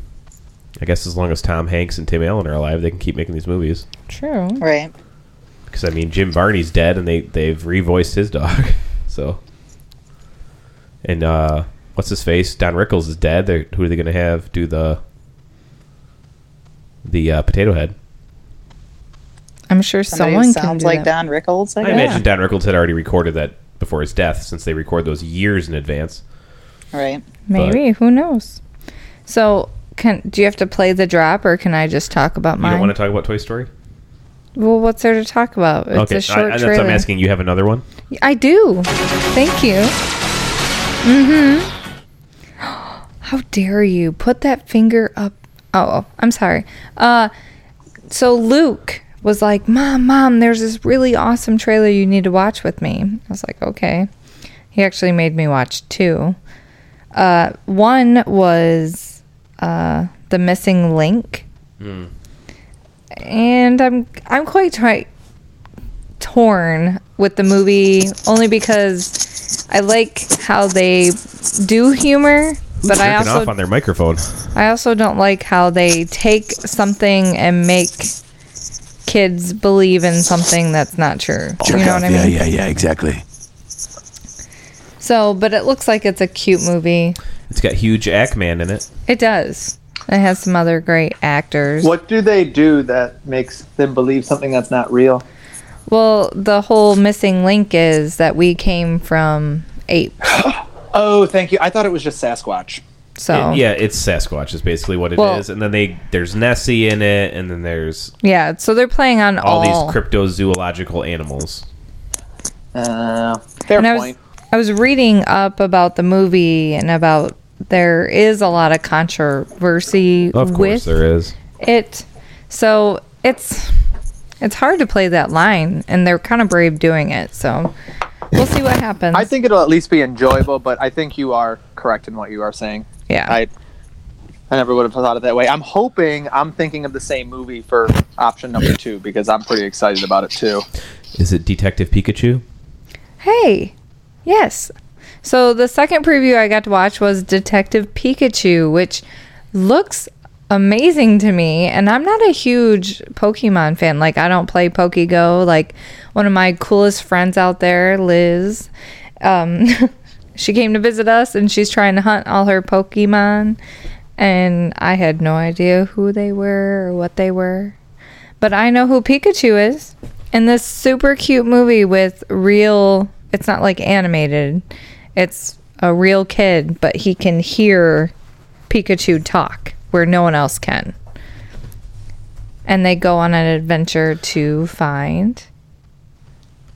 Speaker 2: I guess as long as Tom Hanks and Tim Allen are alive, they can keep making these movies.
Speaker 5: True.
Speaker 1: Right.
Speaker 2: Because I mean, Jim Varney's dead, and they they've revoiced his dog. so, and uh, what's his face? Don Rickles is dead. They're, who are they going to have do the the uh, potato head?
Speaker 5: I'm sure
Speaker 1: Somebody
Speaker 5: someone
Speaker 1: who
Speaker 5: can
Speaker 1: sounds
Speaker 5: do
Speaker 1: like
Speaker 5: that.
Speaker 1: Don Rickles. I
Speaker 2: I
Speaker 1: guess.
Speaker 2: imagine Don Rickles had already recorded that before his death, since they record those years in advance.
Speaker 1: Right.
Speaker 5: Maybe. Who knows? So, can do you have to play the drop, or can I just talk about
Speaker 2: You
Speaker 5: mine?
Speaker 2: don't want to talk about Toy Story?
Speaker 5: well, what's there to talk about? It's a
Speaker 2: I, I,
Speaker 5: short
Speaker 2: that's what
Speaker 5: trailer.
Speaker 2: I'm asking. You have another one?
Speaker 5: I do. Thank you. Mm-hmm. How dare oh, you put that finger up? Oh, I'm sorry. Uh, so Luke was like, Mom, Mom, there's this really awesome trailer you need to watch with me. I was like, Okay. He actually made me watch two. Uh, one was uh, The Missing Link.
Speaker 2: Hmm.
Speaker 5: And I'm I'm quite try- torn with the movie only because I like how they do humor, but I
Speaker 2: Jerking
Speaker 5: also
Speaker 2: off on their microphone.
Speaker 5: I also don't like how they take something and make kids believe in something that's not true.
Speaker 8: Jerk
Speaker 5: you know
Speaker 8: off.
Speaker 5: what I mean?
Speaker 8: yeah, yeah, yeah, exactly.
Speaker 5: So, but it looks like it's a cute movie.
Speaker 2: It's got huge Ackman in it.
Speaker 5: It does. It has some other great actors.
Speaker 4: What do they do that makes them believe something that's not real?
Speaker 5: Well, the whole missing link is that we came from ape.
Speaker 4: Oh, thank you. I thought it was just Sasquatch.
Speaker 5: So,
Speaker 2: Yeah, it's Sasquatch is basically what it is,
Speaker 5: Oh. Well-
Speaker 2: and then they there's Nessie in it, and then there's
Speaker 5: yeah, so they're playing on
Speaker 2: all
Speaker 5: all,
Speaker 2: these cryptozoological animals.
Speaker 4: Uh, fair
Speaker 5: and I was,
Speaker 4: point.
Speaker 5: I was reading up about the movie and about there is a lot of controversy
Speaker 2: Of course,
Speaker 5: with
Speaker 2: there is.
Speaker 5: it. So it's it's hard to play that line, and they're kind of brave doing it. So we'll see what happens.
Speaker 4: I think it'll at least be enjoyable, but I think you are correct in what you are saying.
Speaker 5: yeah,
Speaker 4: I I never would have thought of it that way. I'm hoping I'm thinking of the same movie for option number two because I'm pretty excited about it too.
Speaker 2: Is it Detective Pikachu?
Speaker 5: Hey, yes. So the second preview I got to watch was Detective Pikachu, which looks amazing to me. And I'm not a huge Pokemon fan. Like, I don't play Pokego. Like, one of my coolest friends out there, Liz, um, she came to visit us and she's trying to hunt all her Pokemon. And I had no idea who they were or what they were. But I know who Pikachu is in this super cute movie with real, it's not like animated, it's a real kid, but he can hear Pikachu talk where no one else can. And they go on an adventure to find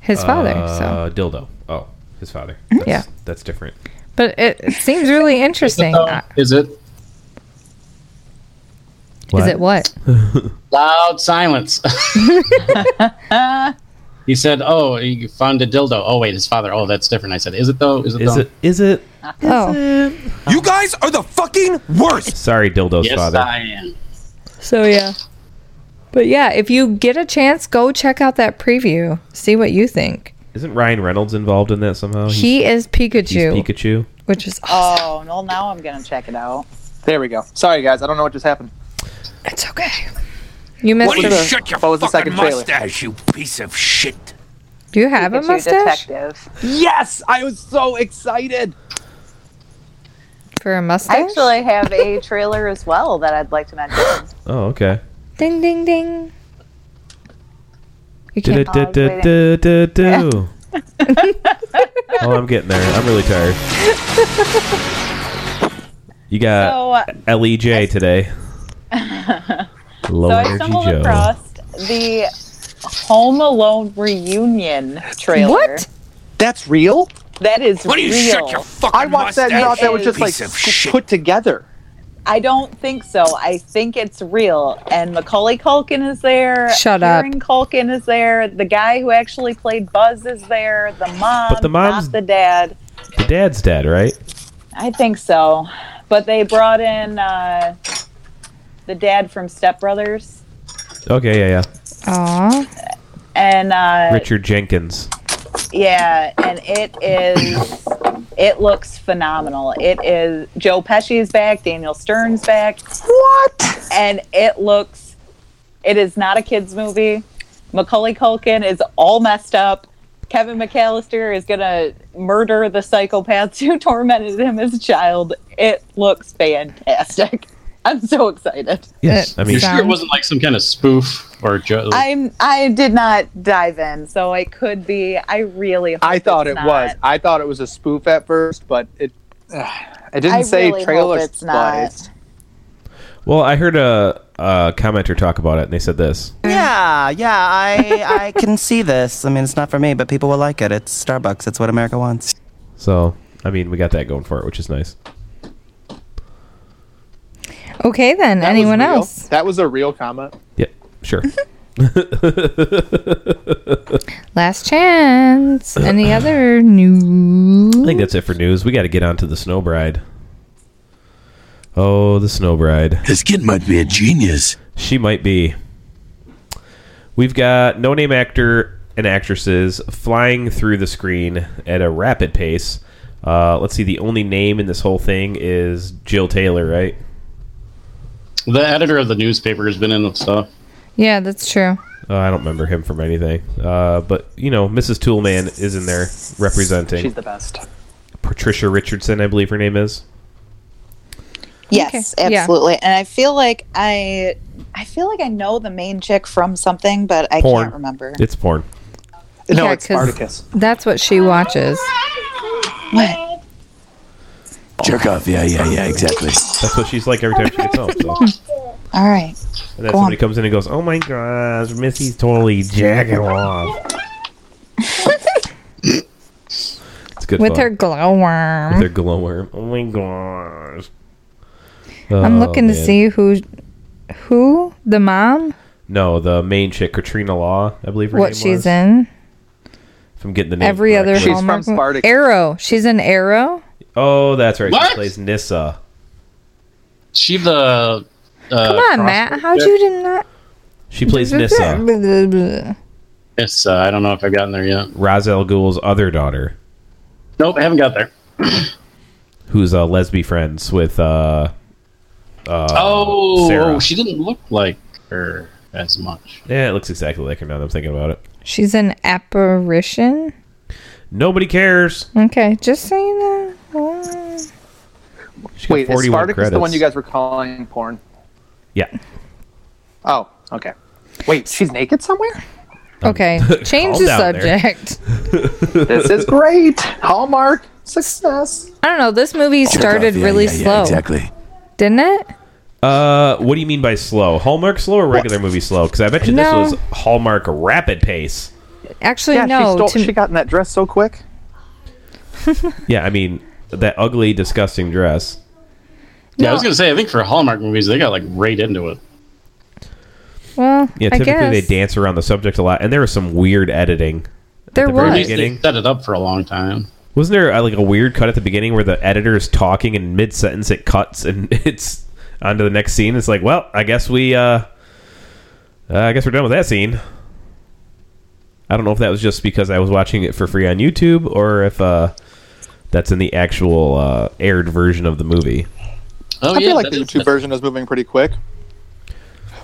Speaker 5: his father. so, Mm-hmm.
Speaker 2: Uh, Dildo. Oh, his father. That's,
Speaker 5: Yeah.
Speaker 2: that's different.
Speaker 5: but it, it seems really interesting. Uh,
Speaker 7: Oh, Is it
Speaker 5: Is it what?
Speaker 7: loud silence?
Speaker 5: Ah.
Speaker 7: he said, "Oh, he found a dildo." Oh, wait, his father. Oh, that's different. I said, "Is it though? Is it
Speaker 2: Is
Speaker 7: though?"
Speaker 2: it? Is it?
Speaker 5: Oh,
Speaker 8: You guys are the fucking worst.
Speaker 2: Sorry, Dildo's
Speaker 7: Yes,
Speaker 2: father.
Speaker 7: I am.
Speaker 5: so yeah. But yeah, if you get a chance, go check out that preview. See what you think.
Speaker 2: Isn't Ryan Reynolds involved in that somehow? Oh, He's-
Speaker 5: He is Pikachu,
Speaker 2: he's Pikachu.
Speaker 5: which is awesome.
Speaker 1: Oh, well, now I'm going to check it out.
Speaker 4: There we go. Sorry guys, I don't know what just happened.
Speaker 5: It's okay. You missed
Speaker 8: Why do you
Speaker 5: it.
Speaker 8: shut your
Speaker 4: What was the
Speaker 8: fucking
Speaker 4: second trailer?
Speaker 8: mustache, you piece of shit?
Speaker 5: Do you have a
Speaker 1: Pikachu
Speaker 5: mustache?
Speaker 1: Detective.
Speaker 4: Yes, I was so excited.
Speaker 5: For a mustache?
Speaker 1: I actually have a trailer as well that I'd like to mention.
Speaker 2: Oh, okay.
Speaker 5: Ding, ding, ding. You
Speaker 2: Du-
Speaker 5: can't.
Speaker 2: du- du- du- du- du. Oh, I'm getting there. I'm really tired. You got
Speaker 1: So, uh,
Speaker 2: L.E.J. today. Low
Speaker 1: so I
Speaker 2: energy
Speaker 1: stumbled
Speaker 2: Joe.
Speaker 1: across the Home Alone reunion trailer.
Speaker 5: What?
Speaker 4: That's real?
Speaker 1: That is
Speaker 8: Why do you
Speaker 1: real.
Speaker 8: shut your fucking
Speaker 4: I watched that and
Speaker 8: mustache,
Speaker 4: thought that was
Speaker 8: you
Speaker 4: just like
Speaker 8: piece of
Speaker 4: sc-
Speaker 8: shit.
Speaker 4: put together.
Speaker 1: I don't think so. I think it's real. And Macaulay Culkin is there.
Speaker 5: Shut up.
Speaker 1: Kieran Culkin is there. The guy who actually played Buzz is there. The mom,
Speaker 2: But the mom's-
Speaker 1: not the dad.
Speaker 2: The dad's dead, right?
Speaker 1: I think so. But they brought in uh, the dad from Step Brothers
Speaker 2: Okay, yeah, yeah.
Speaker 5: Aw.
Speaker 1: and uh,
Speaker 2: Richard Jenkins.
Speaker 1: Yeah, and it is. It looks phenomenal. It is Joe Pesci's back, Daniel Stern's back. What? And it looks. It is not a kids movie. Macaulay Culkin is all messed up. Kevin McAllister is gonna murder the psychopaths who tormented him as a child. It looks fantastic. I'm so excited.
Speaker 2: Yes, I mean,
Speaker 7: You sure it
Speaker 5: Sound.
Speaker 7: wasn't like some kind of spoof or joke?
Speaker 1: I'm. I did not dive in, so it could be. I really. Hope
Speaker 4: I thought it
Speaker 1: it's not.
Speaker 4: was. I thought it was a spoof at first, but it I didn't
Speaker 1: I
Speaker 4: say
Speaker 1: really hope
Speaker 4: trailer,
Speaker 1: it's not.
Speaker 4: but it's-
Speaker 2: well, I heard a, a commenter talk about it, and they said this.
Speaker 6: Yeah, yeah, I I can see this. I mean, it's not for me, but people will like it. It's Starbucks. It's what America wants.
Speaker 2: So, I mean, we got that going for it, which is nice.
Speaker 5: Okay, then.
Speaker 4: that was
Speaker 5: Anyone
Speaker 4: real.
Speaker 5: else?
Speaker 4: That was a real comment.
Speaker 1: Mm-hmm.
Speaker 2: Yeah, sure.
Speaker 5: Last
Speaker 2: Uh,
Speaker 5: chance. Any other news?
Speaker 2: I think that's it for news. We got to get on to the Snow Bride. Oh, the Snow Bride.
Speaker 8: This kid might be a genius.
Speaker 2: She might be. We've got no name actor and actresses flying through the screen at a rapid pace. Uh, let's see, the only name in this whole thing is Jill Taylor, right?
Speaker 7: The editor of the newspaper has been in with stuff.
Speaker 5: Yeah, that's true.
Speaker 2: Uh, I don't remember him from anything. Uh, but, you know, Mrs. Toolman is in there representing.
Speaker 4: She's the best.
Speaker 2: Patricia Richardson, I believe her name is.
Speaker 1: Yes,
Speaker 5: Okay, yeah.
Speaker 1: absolutely. And I feel like I, I feel like I know the main chick from something, but I
Speaker 2: Porn.
Speaker 1: can't remember.
Speaker 2: It's porn.
Speaker 4: No,
Speaker 5: Yeah,
Speaker 4: it's
Speaker 5: 'cause
Speaker 4: Spartacus.
Speaker 5: That's what she watches.
Speaker 1: What?
Speaker 8: Jerk off. Yeah, yeah, yeah, exactly.
Speaker 2: That's what she's like every time she gets home. So.
Speaker 1: All right.
Speaker 2: And then
Speaker 1: Go on.
Speaker 2: somebody comes in and goes, "Oh my gosh, Missy's totally jacking off." it's good
Speaker 5: With
Speaker 2: fun.
Speaker 5: her glowworm.
Speaker 2: with her glowworm. Oh my gosh.
Speaker 5: I'm
Speaker 2: Oh,
Speaker 5: looking to
Speaker 2: man.
Speaker 5: see who who the mom
Speaker 2: No, the main chick, Katrina Law, I believe her name
Speaker 5: what she's
Speaker 2: was,
Speaker 5: in
Speaker 2: If I'm getting the name
Speaker 5: every other
Speaker 2: correctly.
Speaker 4: She's
Speaker 5: Hallmark
Speaker 4: from
Speaker 5: mo-
Speaker 4: Spartacus.
Speaker 5: Arrow. She's in Arrow.
Speaker 2: Oh, that's right. She
Speaker 7: What?
Speaker 2: plays Nissa.
Speaker 7: She the. Uh,
Speaker 5: Come on, Matt. How'd you did not?
Speaker 2: She plays Nissa,
Speaker 7: It's, uh, I don't know if I've gotten there yet.
Speaker 2: Ra's al Ghul's other daughter,
Speaker 7: Nope, I haven't got there.
Speaker 2: who's uh, lesbian friends with. Uh,
Speaker 7: oh,
Speaker 2: Sarah.
Speaker 7: she didn't look like her as much.
Speaker 2: yeah, it looks exactly like her now that I'm thinking about it.
Speaker 5: She's an apparition.
Speaker 2: Nobody cares.
Speaker 5: Okay, just saying
Speaker 2: Um,
Speaker 5: that.
Speaker 2: She got
Speaker 4: Wait, is
Speaker 2: 41
Speaker 4: Spartacus the one
Speaker 2: credits.
Speaker 4: you guys were calling porn?
Speaker 2: Yeah.
Speaker 4: Oh, okay. Wait, she's naked somewhere?
Speaker 5: Okay, change
Speaker 2: calm
Speaker 5: the
Speaker 2: down there.
Speaker 5: subject.
Speaker 4: this is great. Hallmark success.
Speaker 5: I don't know. This movie
Speaker 8: Jerk
Speaker 5: started
Speaker 8: off, yeah,
Speaker 5: really
Speaker 8: yeah, yeah,
Speaker 5: slow,
Speaker 8: exactly.
Speaker 5: didn't it?
Speaker 2: Uh, what do you mean by slow? Hallmark slow or regular movie slow? Because I bet you
Speaker 5: No.
Speaker 2: this was Hallmark rapid pace.
Speaker 5: Actually,
Speaker 4: Yeah, she,
Speaker 5: no.
Speaker 4: stole,
Speaker 5: to-
Speaker 4: she got in that dress so quick.
Speaker 2: Yeah, I mean that ugly, disgusting dress.
Speaker 7: Yeah, I was gonna say. I think for Hallmark movies, they got like right into it.
Speaker 5: well,
Speaker 2: Yeah,
Speaker 5: I
Speaker 2: typically
Speaker 5: guess
Speaker 2: they dance around the subject a lot, and there was some weird editing.
Speaker 5: there
Speaker 2: the very
Speaker 7: Or at
Speaker 5: was.
Speaker 7: least they
Speaker 2: Beginning.
Speaker 7: set it up for a long time.
Speaker 2: Wasn't there uh, like a weird cut at the beginning where the editor is talking and mid sentence it cuts and it's onto the next scene? It's like, well, I guess we, uh, uh, I guess we're done with that scene. I don't know if that was just because I was watching it for free on YouTube or if uh, that's in the actual uh, aired version of the movie.
Speaker 7: Oh
Speaker 4: I
Speaker 7: yeah,
Speaker 4: feel like
Speaker 7: that
Speaker 4: the
Speaker 7: is-
Speaker 4: YouTube version is moving pretty quick.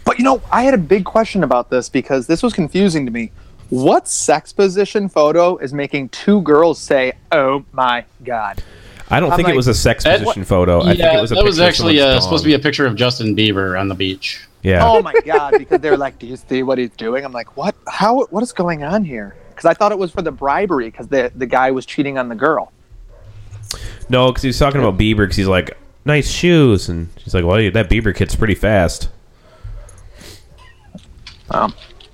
Speaker 4: But you know, I had a big question about this because this was confusing to me. What sex position photo is making two girls say, "Oh my god"?
Speaker 2: I don't
Speaker 4: I'm
Speaker 2: think it
Speaker 4: like,
Speaker 2: was a sex
Speaker 7: that-
Speaker 2: position photo. I think
Speaker 7: yeah,
Speaker 2: it was a
Speaker 7: that was
Speaker 2: picture of
Speaker 7: actually
Speaker 2: someone's
Speaker 7: uh, supposed to be
Speaker 2: dong.
Speaker 7: a picture of Justin Bieber on the beach.
Speaker 2: yeah.
Speaker 4: Oh my god! Because they're like, "Do you see what he's doing?" I'm like, "What? How? What is going on here?" Because I thought it was for the bribery because the the guy was cheating on the girl.
Speaker 2: No, because he was talking about Bieber. Because he's like, nice shoes, and she's like, well, yeah, that Bieber kid's pretty fast.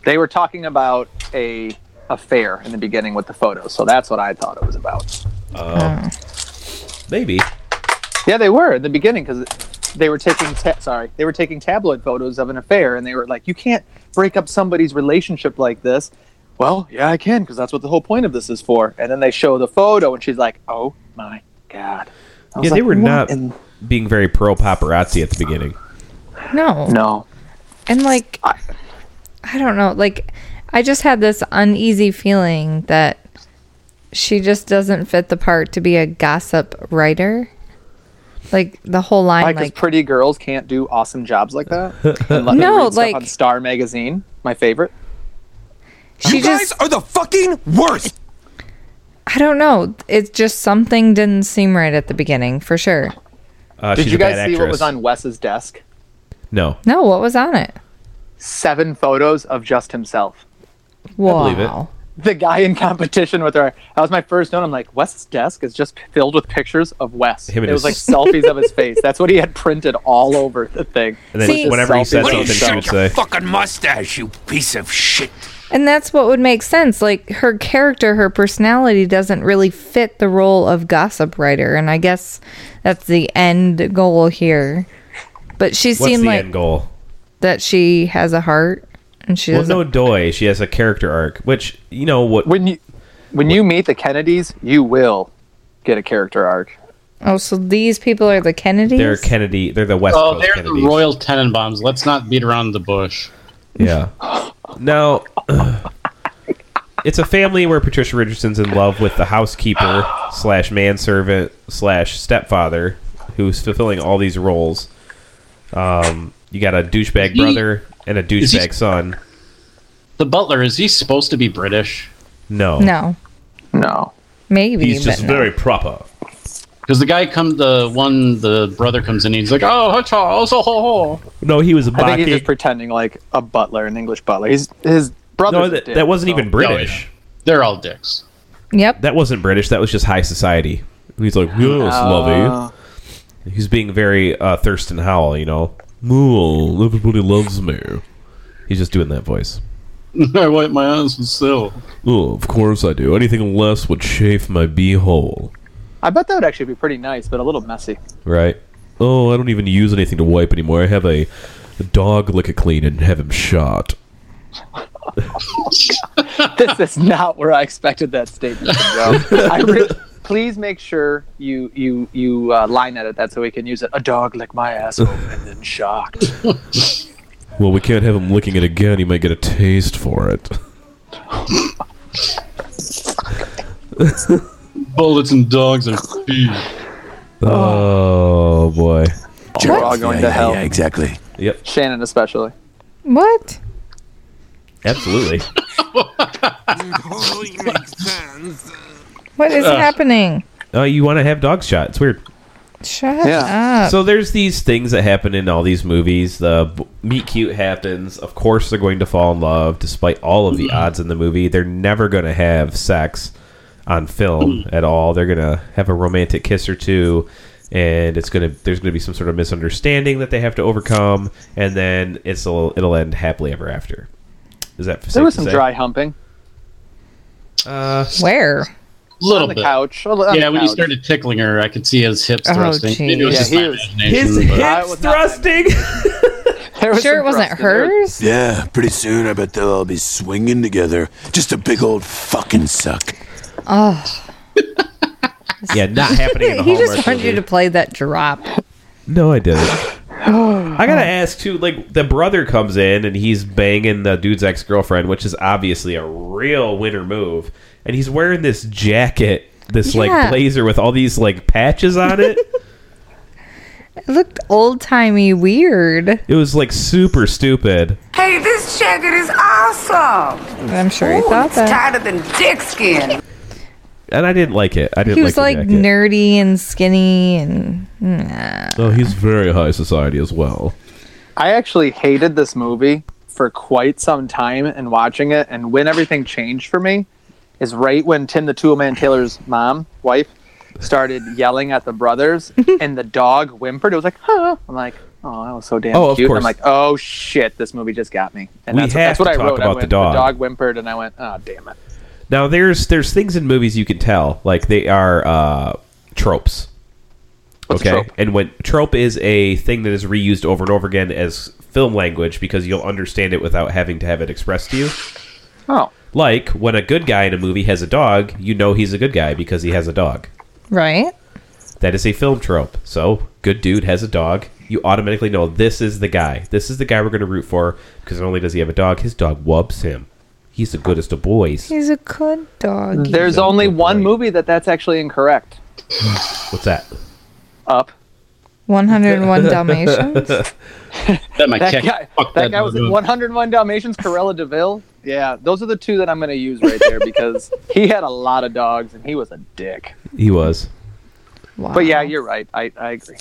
Speaker 4: They were talking about a affair in the beginning with the photo, so that's what I thought it was about.
Speaker 2: Maybe.
Speaker 4: Yeah, they were in the beginning because they were taking ta- sorry they were taking tabloid photos of an affair, and they were like, "You can't break up somebody's relationship like this." Well, yeah, I can because that's what the whole point of this is for. And then they show the photo, and she's like, "Oh my god!" I was
Speaker 2: Yeah, they
Speaker 4: like,
Speaker 2: were
Speaker 4: "What
Speaker 2: not
Speaker 4: in-
Speaker 2: being very pro paparazzi at the beginning.
Speaker 5: No,
Speaker 4: no,
Speaker 5: and like I, don't know like i just had this uneasy feeling that she just doesn't fit the part to be a gossip writer like the whole line
Speaker 4: like, 'cause
Speaker 5: like
Speaker 4: pretty girls can't do awesome jobs like that. And let
Speaker 5: No,
Speaker 4: no,
Speaker 5: like-
Speaker 4: read like stuff on Star Magazine, my favorite.
Speaker 5: she just
Speaker 8: are the fucking worst.
Speaker 5: i don't know it's just something didn't seem right at the beginning for sure
Speaker 2: Uh,
Speaker 4: Did
Speaker 2: she's
Speaker 4: you
Speaker 2: a
Speaker 4: guys see
Speaker 2: bad
Speaker 4: what
Speaker 2: actress.
Speaker 4: was on Wes's desk?
Speaker 2: No,
Speaker 5: no what was on it
Speaker 4: Seven photos of just himself.
Speaker 5: wow
Speaker 2: believe it.
Speaker 4: the guy in competition with her. That was my first note. I'm like, Wes's desk is just filled with pictures of Wes.
Speaker 2: Him and
Speaker 4: it was like
Speaker 2: his-
Speaker 4: selfies of his face. That's what he had printed all over the thing.
Speaker 2: and then
Speaker 5: See-
Speaker 2: whenever he
Speaker 4: Selfie.
Speaker 2: said
Speaker 4: What do
Speaker 2: something,
Speaker 4: you
Speaker 2: she would say,
Speaker 8: fucking mustache, you piece of shit.
Speaker 5: and that's what would make sense like her character her personality doesn't really fit the role of gossip writer and i guess that's the end goal here but she
Speaker 2: "What's
Speaker 5: seemed
Speaker 2: the
Speaker 5: like
Speaker 2: end goal?"
Speaker 5: that she has a heart and she
Speaker 2: well,
Speaker 5: doesn't.
Speaker 2: no Doy. She has a character arc, which you know what
Speaker 4: when you when you meet the Kennedys, you will get a character arc.
Speaker 5: Oh, so these people are the Kennedys.
Speaker 2: they're Kennedy. They're the West
Speaker 7: oh,
Speaker 2: Coast
Speaker 7: they're
Speaker 2: Kennedys.
Speaker 7: the Royal Tenenbaums. Let's not beat around the bush.
Speaker 2: Yeah. Now, it's a family where Patricia Richardson's in love with the housekeeper slash manservant slash stepfather, who's fulfilling all these roles. Um, you got a douchebag
Speaker 7: He-
Speaker 2: brother and a
Speaker 7: is he-
Speaker 2: douchebag son.
Speaker 7: The butler is he supposed to be British?
Speaker 2: No,
Speaker 5: No,
Speaker 4: No.
Speaker 5: maybe.
Speaker 2: he's
Speaker 5: but
Speaker 2: just
Speaker 5: no.
Speaker 2: very proper.
Speaker 7: Because the guy come the one the brother comes in, he's like, oh, hi, Charles, oh, ho, ho."
Speaker 2: No, he was a
Speaker 4: I think he's just
Speaker 2: Baki.
Speaker 4: pretending like a butler, an English butler. He's his brother.
Speaker 2: No, that, that wasn't even British.
Speaker 7: they're all dicks.
Speaker 5: Yep.
Speaker 2: That wasn't British. That was just high society. He's like, yes, lovey. He's being very uh, Thurston Howell, you know. Mool, everybody loves me. He's just doing that voice.
Speaker 7: I wipe my eyes with silk.
Speaker 2: Oh, of course I do. Anything less would chafe my beehole,
Speaker 4: I bet that would actually be pretty nice, but a little messy.
Speaker 2: right? Oh, I don't even use anything to wipe anymore. I have a, a dog lick it clean and have him shot.
Speaker 4: this is not where I expected that statement to go. I re- please make sure you you you uh, line edit that so we can use it. A dog licked my asshole and then shocked.
Speaker 2: Well, we can't have him licking it again. He might get a taste for it.
Speaker 7: Bullets and dogs and feet.
Speaker 2: Oh, boy.
Speaker 4: We're all going to hell.
Speaker 8: Yeah, exactly.
Speaker 2: Yep,
Speaker 4: Shannon especially.
Speaker 5: What?
Speaker 2: absolutely.
Speaker 5: What is
Speaker 2: Uh.
Speaker 5: happening?
Speaker 2: Oh, you want to have dogs shot. It's weird.
Speaker 5: Shut
Speaker 4: Yeah.
Speaker 5: up.
Speaker 2: So there's these things that happen in all these movies. The b- meet cute happens. Of course, they're going to fall in love, despite all of
Speaker 4: Mm-hmm.
Speaker 2: the odds in the movie. They're never going to have sex on film
Speaker 4: Mm-hmm.
Speaker 2: at all. They're going to have a romantic kiss or two, and it's going to there's going to be some sort of misunderstanding that they have to overcome, and then it's a, it'll end happily ever after. Is that
Speaker 4: There
Speaker 2: safe
Speaker 4: was
Speaker 2: to
Speaker 4: some
Speaker 2: say?
Speaker 4: dry humping
Speaker 5: Uh, Where?
Speaker 7: Little
Speaker 4: on the
Speaker 7: bit.
Speaker 4: couch. on the- on
Speaker 7: Yeah,
Speaker 4: the
Speaker 7: when you
Speaker 4: couch.
Speaker 7: started tickling her, I could see his hips
Speaker 5: Oh,
Speaker 7: thrusting. Maybe it was
Speaker 5: geez.
Speaker 7: just
Speaker 4: Yeah,
Speaker 7: my
Speaker 4: he was-
Speaker 2: His
Speaker 7: imagination, but-
Speaker 4: I
Speaker 2: hips
Speaker 4: was not-
Speaker 2: thrusting.
Speaker 4: There was
Speaker 5: Sure, it
Speaker 4: some
Speaker 5: wasn't
Speaker 4: thrust in there.
Speaker 5: hers.
Speaker 8: Yeah, pretty soon I bet they'll all be swinging together. Just a big old fucking suck.
Speaker 2: yeah, not happening. In a
Speaker 5: He
Speaker 2: Hallmark
Speaker 5: just wanted
Speaker 2: movie.
Speaker 5: you to play that drop.
Speaker 2: No, I didn't. I gotta ask too. Like the brother comes in and he's banging the dude's ex girlfriend, which is obviously a real winner move. And he's wearing this jacket, this like
Speaker 5: Yeah.
Speaker 2: blazer with all these like patches on it.
Speaker 5: It looked old timey weird.
Speaker 2: it was like super stupid.
Speaker 9: Hey, this jacket is awesome.
Speaker 5: But I'm sure he
Speaker 9: Ooh,
Speaker 5: thought
Speaker 9: it's
Speaker 5: that.
Speaker 9: tighter than dick skin.
Speaker 2: And I didn't like it. I didn't
Speaker 5: He was
Speaker 2: like,
Speaker 5: like
Speaker 2: the jacket.
Speaker 5: nerdy and skinny and nah.
Speaker 2: Oh, he's very high society as well.
Speaker 4: I actually hated this movie for quite some time and watching it. And when everything changed for me is right when Tim the Tool Man Taylor's mom, wife, started yelling at the brothers and the dog whimpered. It was like, huh. I'm like, oh, that was so damn
Speaker 2: Oh, of
Speaker 4: cute. And
Speaker 2: course.
Speaker 4: I'm like, oh shit, this movie just got me. And
Speaker 2: We
Speaker 4: that's,
Speaker 2: have
Speaker 4: that's what
Speaker 2: to
Speaker 4: I
Speaker 2: talk
Speaker 4: wrote. I
Speaker 2: about the
Speaker 4: went,
Speaker 2: dog.
Speaker 4: the dog whimpered, and I went, oh, damn it.
Speaker 2: Now there's there's things in movies you can tell like they are uh, tropes.
Speaker 4: What's a
Speaker 2: okay,
Speaker 4: trope?
Speaker 2: and when trope is a thing that is reused over and over again as film language because you'll understand it without having to have it expressed to you.
Speaker 4: Oh,
Speaker 2: Like when a good guy in a movie has a dog, you know he's a good guy because he has a dog.
Speaker 5: Right?
Speaker 2: That is a film trope. So, good dude has a dog. You automatically know this is the guy. This is the guy we're going to root for because not only does he have a dog, his dog wubs him. He's the goodest of boys.
Speaker 5: He's a good dog.
Speaker 4: there's
Speaker 2: a
Speaker 4: only
Speaker 2: good
Speaker 4: one
Speaker 2: boy.
Speaker 4: movie that that's actually incorrect.
Speaker 2: What's that?
Speaker 4: Up.
Speaker 5: 101 Dalmatians.
Speaker 7: That might
Speaker 4: That
Speaker 7: kick.
Speaker 4: guy,
Speaker 7: Fuck
Speaker 4: that guy was
Speaker 7: dude.
Speaker 4: in 101 Dalmatians, Corella Deville. Yeah, those are the two that I'm going to use right there because he had a lot of dogs and he was a dick.
Speaker 2: He was.
Speaker 5: Wow.
Speaker 4: But yeah, you're right. I, I agree.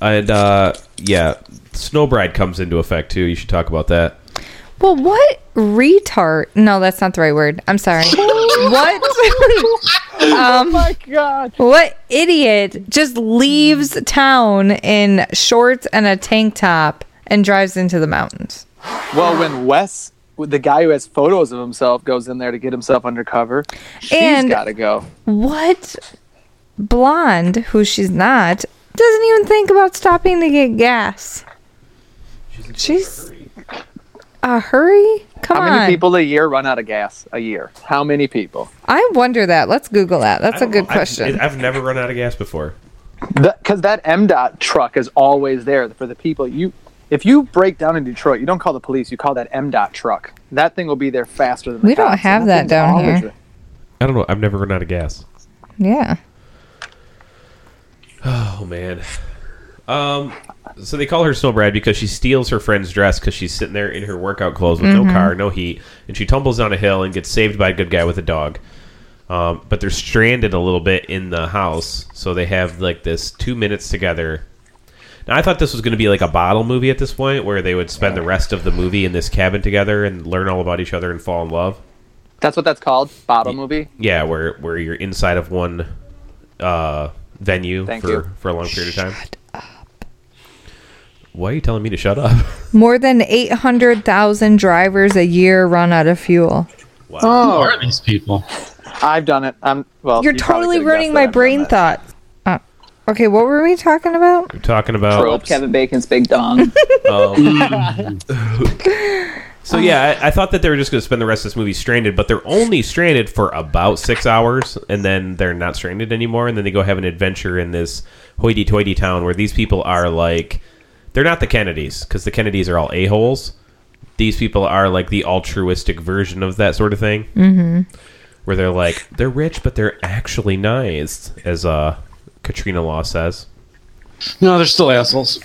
Speaker 2: And uh yeah, Snowbride comes into effect too. You should talk about that.
Speaker 5: Well, what retard? No, that's not the right word. I'm sorry. what? Um,
Speaker 4: oh my god.
Speaker 5: what idiot just leaves town in shorts and a tank top and drives into the mountains?
Speaker 4: Well, when Wes, the guy who has photos of himself, goes in there to get himself undercover, she's
Speaker 5: And-
Speaker 4: got to go.
Speaker 5: What blonde, who she's not, doesn't even think about stopping to get gas? She's a hurry? Come
Speaker 4: How
Speaker 5: on.
Speaker 4: many people a year run out of gas a year? How many people?
Speaker 5: I wonder that. Let's Google that. That's a good
Speaker 2: I've-
Speaker 5: question.
Speaker 2: I've, never run out of gas before.
Speaker 4: Because that MDOT truck is always there for the people. You, if you break down in Detroit, you don't call the police. You call that MDOT truck. That thing will be there faster than the
Speaker 5: We don't
Speaker 4: cops,
Speaker 5: have
Speaker 4: and
Speaker 5: that
Speaker 4: thing's
Speaker 5: down
Speaker 4: always
Speaker 5: here.
Speaker 4: there.
Speaker 2: I don't know. I've never run out of gas.
Speaker 5: yeah.
Speaker 2: Oh man. Um. So they call her Snowbride because she steals her friend's dress because she's sitting there in her workout clothes with
Speaker 5: Mhm.
Speaker 2: no car, no heat, and she tumbles down a hill and gets saved by a good guy with a dog. Um, but they're stranded a little bit in the house, so they have like this two minutes together. Now I thought this was going to be like a bottle movie at this point, where they would spend the rest of the movie in this cabin together and learn all about each other and fall in love.
Speaker 4: That's what that's called. Bottle movie.
Speaker 2: Yeah, where where you're inside of one uh, venue
Speaker 4: Thank
Speaker 2: for
Speaker 4: you.
Speaker 2: for a long period of time. Why are you telling me to shut up?
Speaker 5: More than 800,000 drivers a year run out of fuel.
Speaker 7: Who
Speaker 4: Oh,
Speaker 7: are these people?
Speaker 4: I've done it. I'm well.
Speaker 5: You're
Speaker 4: you probably
Speaker 5: totally
Speaker 4: could have
Speaker 5: ruining
Speaker 4: guessed
Speaker 5: my
Speaker 4: that I've done
Speaker 5: brain
Speaker 4: that.
Speaker 5: thought. Uh, okay, what were we talking about?
Speaker 2: We're talking
Speaker 4: Throw
Speaker 2: about.
Speaker 4: up Kevin Bacon's big dong.
Speaker 2: So yeah, I, I thought that they were just going to spend the rest of this movie stranded, but they're only stranded for about six hours, and then they're not stranded anymore, and then they go have an adventure in this hoity-toity town where these people are like, they're not the Kennedys because the Kennedys are all a holes. These people are like the altruistic version of that sort of thing. where they're like they're rich but they're actually nice as uh katrina law says
Speaker 7: No, they're still assholes.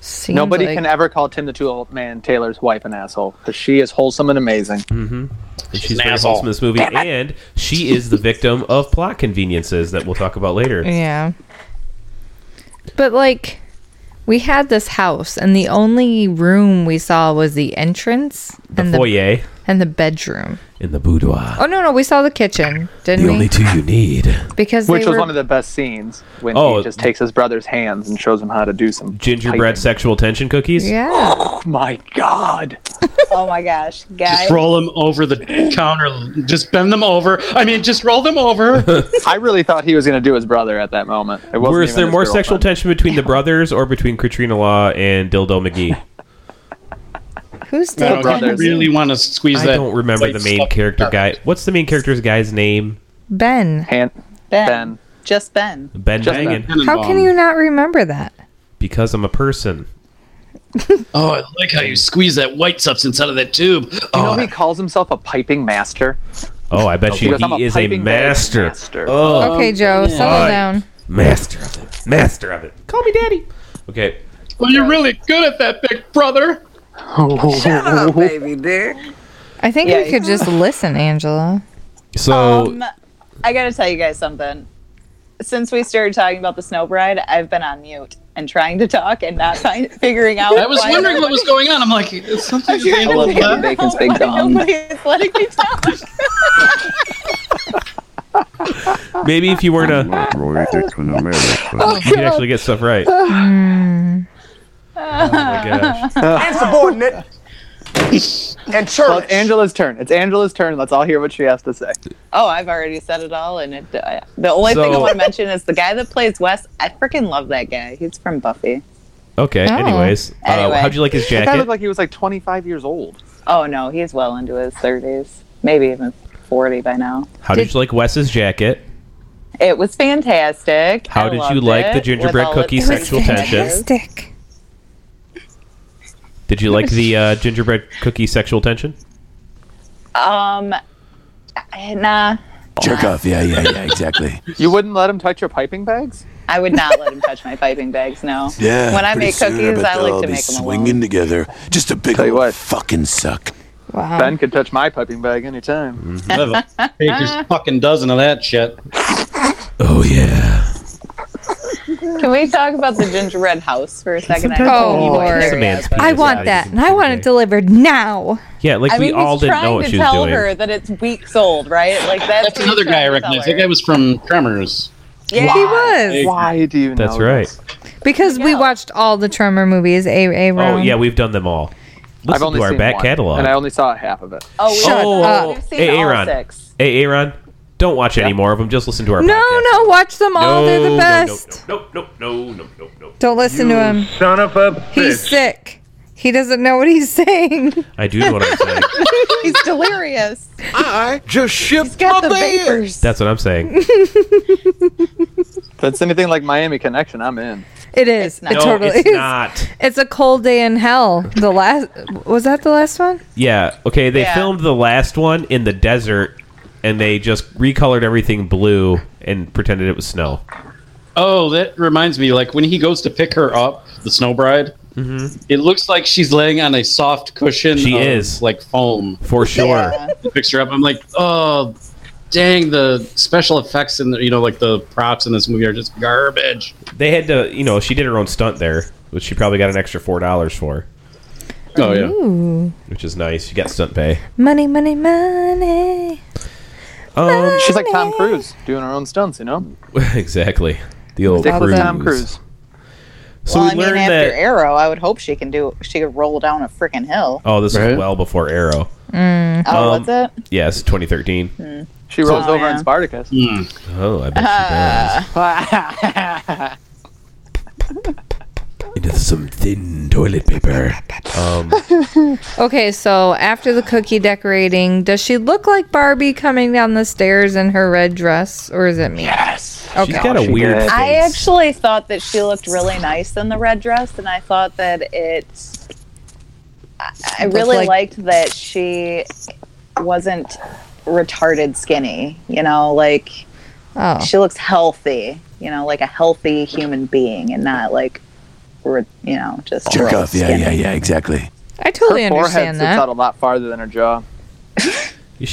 Speaker 5: Seems
Speaker 4: Nobody
Speaker 5: like-
Speaker 4: can ever call Tim the Tool Man Taylor's wife an asshole because she is wholesome and amazing.
Speaker 2: and she's
Speaker 7: an
Speaker 2: very
Speaker 7: asshole.
Speaker 2: wholesome in this movie and she is the victim of plot conveniences that we'll talk about later
Speaker 5: Yeah. But like we had this house and the only room we saw was the entrance
Speaker 2: the
Speaker 5: and
Speaker 2: foyer
Speaker 5: and the bedroom.
Speaker 2: in the boudoir
Speaker 5: Oh no, no, we saw the kitchen, didn't
Speaker 2: the
Speaker 5: we?
Speaker 2: only two you need
Speaker 5: because
Speaker 4: Which
Speaker 5: they
Speaker 4: was
Speaker 5: were,
Speaker 4: one of the best scenes when
Speaker 2: Oh.
Speaker 4: he just takes his brother's hands and shows him how to do some
Speaker 2: gingerbread
Speaker 4: typing.
Speaker 2: sexual tension cookies
Speaker 5: Yeah.
Speaker 4: Oh my god!
Speaker 1: Oh my gosh, guys.
Speaker 7: Just roll them over the counter. Just bend them over. I mean, just roll them over.
Speaker 4: I really thought he was going to do his brother at that moment. It wasn't
Speaker 2: Where is
Speaker 4: even
Speaker 2: there
Speaker 4: his
Speaker 2: more sexual
Speaker 4: girlfriend.
Speaker 2: tension between the brothers or between Katrina Law and Dildo McGee?
Speaker 5: Who's
Speaker 7: I
Speaker 5: the
Speaker 7: don't know, you
Speaker 4: brothers.
Speaker 7: really want to squeeze
Speaker 2: I
Speaker 7: that.
Speaker 2: don't remember
Speaker 7: like,
Speaker 2: the main
Speaker 7: stuff
Speaker 2: character
Speaker 7: out.
Speaker 2: guy. What's the main character's guy's name?
Speaker 5: Ben?
Speaker 4: Han-
Speaker 1: ben.
Speaker 4: Ben.
Speaker 1: Just Ben.
Speaker 2: Ben
Speaker 4: Just Ben.
Speaker 2: Bangen.
Speaker 5: How can you not remember that?
Speaker 2: Because I'm a person.
Speaker 7: Oh, I like how you squeeze that white substance out of that tube.
Speaker 4: You
Speaker 7: Oh,
Speaker 4: know he calls himself a piping master.
Speaker 2: Oh, I bet
Speaker 4: He
Speaker 2: you
Speaker 4: goes, "I'm
Speaker 2: he is a
Speaker 4: piping bag
Speaker 2: master.
Speaker 4: master."
Speaker 2: Oh,
Speaker 5: okay, Joe, settle
Speaker 2: Alright.
Speaker 5: down.
Speaker 2: master of it. Master of it. Call me daddy. Okay.
Speaker 7: well, you're really good at that, big brother.
Speaker 9: Shut up, baby dear.
Speaker 5: I think
Speaker 1: Yeah,
Speaker 5: we could just listen, Angela.
Speaker 7: Oh.
Speaker 2: So
Speaker 1: Um, I gotta tell you guys something. Since we started talking about the snow bride, I've been on mute and trying to talk and not find, figuring out.
Speaker 7: I was
Speaker 1: why
Speaker 7: wondering what was going on. I'm like, is something is
Speaker 1: I
Speaker 4: love
Speaker 7: angled
Speaker 4: Kevin
Speaker 7: up?
Speaker 4: Bacon's big
Speaker 1: why
Speaker 4: dong.
Speaker 1: nobody is letting me talk.
Speaker 2: maybe if you were to
Speaker 3: Romantic in America.
Speaker 2: you could actually get stuff right. Oh my gosh.
Speaker 10: Insubordinate. and
Speaker 4: Well,
Speaker 10: church.
Speaker 4: it's Angela's turn. It's Angela's turn. Let's all hear what she has to say.
Speaker 1: Oh, I've already said it all, and it. Uh, the only thing I
Speaker 2: So-
Speaker 1: want to mention is the guy that plays Wes. I freaking love that guy. He's from Buffy.
Speaker 2: Okay,
Speaker 5: Oh.
Speaker 2: anyways. Uh,
Speaker 1: Anyway.
Speaker 2: how'd you like his
Speaker 4: That guy looked
Speaker 2: jacket?
Speaker 4: like he was like 25 years old.
Speaker 1: Oh no, he's well into his thirties, maybe even forty by now.
Speaker 2: How did you like Wes's jacket?
Speaker 1: It was fantastic.
Speaker 2: How
Speaker 1: I
Speaker 2: did you
Speaker 1: loved
Speaker 2: like the
Speaker 1: it,
Speaker 2: gingerbread
Speaker 1: with all its
Speaker 2: cookie sexual tension?
Speaker 5: Fantastic.
Speaker 2: Did you like the uh, gingerbread cookie sexual tension?
Speaker 1: Um, I- nah,
Speaker 8: Jerk off. Yeah, yeah, yeah, exactly.
Speaker 4: You wouldn't let him touch your piping bags?
Speaker 1: I would not let him touch my piping bags. No.
Speaker 8: Yeah.
Speaker 1: When I
Speaker 8: pretty
Speaker 1: make
Speaker 8: soon,
Speaker 1: cookies,
Speaker 8: bet
Speaker 1: I
Speaker 8: they'll
Speaker 1: like to
Speaker 8: be
Speaker 1: make them
Speaker 8: swinging
Speaker 1: alone.
Speaker 8: together. Just a big
Speaker 4: Tell you
Speaker 8: old
Speaker 4: what.
Speaker 8: fucking suck.
Speaker 5: Wow.
Speaker 4: Ben could touch my piping bag anytime.
Speaker 7: Baker's fucking dozen of that shit.
Speaker 2: Oh yeah.
Speaker 1: Can we talk about the gingerbread house for a second? I
Speaker 5: Oh,
Speaker 1: really
Speaker 5: Lord.
Speaker 1: enjoyed
Speaker 5: It's a
Speaker 1: that.
Speaker 2: man's
Speaker 5: I
Speaker 2: Yeah,
Speaker 5: want
Speaker 2: you
Speaker 5: that,
Speaker 2: can
Speaker 5: and I
Speaker 2: do
Speaker 5: want
Speaker 2: that.
Speaker 5: it delivered now.
Speaker 2: Yeah, like
Speaker 1: I mean,
Speaker 2: we all
Speaker 1: he's
Speaker 2: didn't know
Speaker 1: trying
Speaker 2: what
Speaker 1: to
Speaker 2: she was
Speaker 1: tell
Speaker 2: doing.
Speaker 1: her that it's weeks old, right? Like that's,
Speaker 7: That's
Speaker 1: what he's
Speaker 7: another guy I
Speaker 1: trying to
Speaker 7: recognize.
Speaker 1: tell
Speaker 7: That guy
Speaker 1: her.
Speaker 7: was from Tremors.
Speaker 1: Yeah,
Speaker 5: He was
Speaker 4: Why do you know?
Speaker 2: Mm. That's right.
Speaker 4: this?
Speaker 5: because we
Speaker 1: go.
Speaker 5: watched all the Tremor movies. A A
Speaker 2: Oh
Speaker 5: round.
Speaker 2: yeah, we've done them all. Listen
Speaker 4: I've only
Speaker 2: to our
Speaker 4: seen
Speaker 2: back
Speaker 4: one,
Speaker 2: catalog.
Speaker 4: and I only saw half of it.
Speaker 1: Oh, we
Speaker 2: Shut up.
Speaker 1: We've seen
Speaker 2: Hey,
Speaker 1: all
Speaker 2: Aaron.
Speaker 1: six.
Speaker 2: Hey, Aaron, don't watch any more of them. Just listen to our
Speaker 5: No,
Speaker 2: podcast.
Speaker 5: no, watch them all. They're the best.
Speaker 2: No, no, no, no, no, no, no, no.
Speaker 5: Don't listen to him.
Speaker 11: Son of a bitch.
Speaker 5: He's sick. He doesn't know what he's saying.
Speaker 2: I do know what I'm saying.
Speaker 1: He's delirious.
Speaker 8: I just shipped
Speaker 1: He's got the vapors.
Speaker 2: That's what I'm saying.
Speaker 4: If it's anything like Miami Connection, I'm in.
Speaker 5: It is.
Speaker 1: not.
Speaker 5: It
Speaker 1: No,
Speaker 5: totally
Speaker 2: it's
Speaker 5: is.
Speaker 2: not.
Speaker 5: It's a cold day in hell. The last was that the last one?
Speaker 2: Yeah. Okay. They
Speaker 1: Yeah.
Speaker 2: filmed the last one in the desert, and they just recolored everything blue and pretended it was snow.
Speaker 7: Oh, that reminds me. Like when he goes to pick her up, the Snow Bride. It looks like she's laying on a soft cushion.
Speaker 2: She
Speaker 7: of,
Speaker 2: is.
Speaker 7: like foam.
Speaker 2: For sure.
Speaker 7: The picture up. I'm like, oh, dang! The special effects and the, you know, like the props in this movie are just garbage.
Speaker 2: They had to, you know, she did her own stunt there, which she probably got an extra four dollars for,
Speaker 7: Oh yeah.
Speaker 5: Ooh,
Speaker 2: which is nice. She got stunt pay.
Speaker 5: money, money, money.
Speaker 2: Um,
Speaker 4: She's like Tom Cruise doing her own stunts, you know?
Speaker 2: exactly. The old
Speaker 4: Stick
Speaker 2: Cruise.
Speaker 4: with Tom Cruise.
Speaker 2: So
Speaker 1: well,
Speaker 2: we
Speaker 1: I mean,
Speaker 2: learned
Speaker 1: after
Speaker 2: that.
Speaker 1: Arrow, I would hope she can do. She could roll down a freaking hill.
Speaker 2: oh, this
Speaker 7: Right?
Speaker 2: is well before Arrow.
Speaker 1: Oh,
Speaker 2: Um,
Speaker 1: what's it?
Speaker 2: Yes, 2013.
Speaker 4: She rolls
Speaker 1: Oh,
Speaker 4: over
Speaker 1: yeah.
Speaker 4: in Spartacus.
Speaker 2: Oh, I bet she does.
Speaker 8: into some thin toilet paper.
Speaker 2: Um,
Speaker 5: Okay, so after the cookie decorating, does she look like Barbie coming down the stairs in her red dress, or is it me?
Speaker 4: Yes.
Speaker 5: Okay.
Speaker 2: She's got a
Speaker 4: she
Speaker 2: weird.
Speaker 4: did.
Speaker 2: Face.
Speaker 1: I actually thought that she looked really nice in the red dress, and I thought that it. I- I
Speaker 5: Looked
Speaker 1: really
Speaker 5: like-
Speaker 1: liked that she wasn't retarded skinny. You know, like
Speaker 5: Oh,
Speaker 1: she looks healthy. You know, like a healthy human being, and not like, re- you know, just
Speaker 8: Jerk
Speaker 1: real
Speaker 8: off. Yeah,
Speaker 1: skinny.
Speaker 8: yeah, yeah, exactly.
Speaker 5: I totally
Speaker 4: her forehead
Speaker 5: understand
Speaker 4: sits
Speaker 5: that.
Speaker 4: out a lot farther than her jaw.
Speaker 2: She's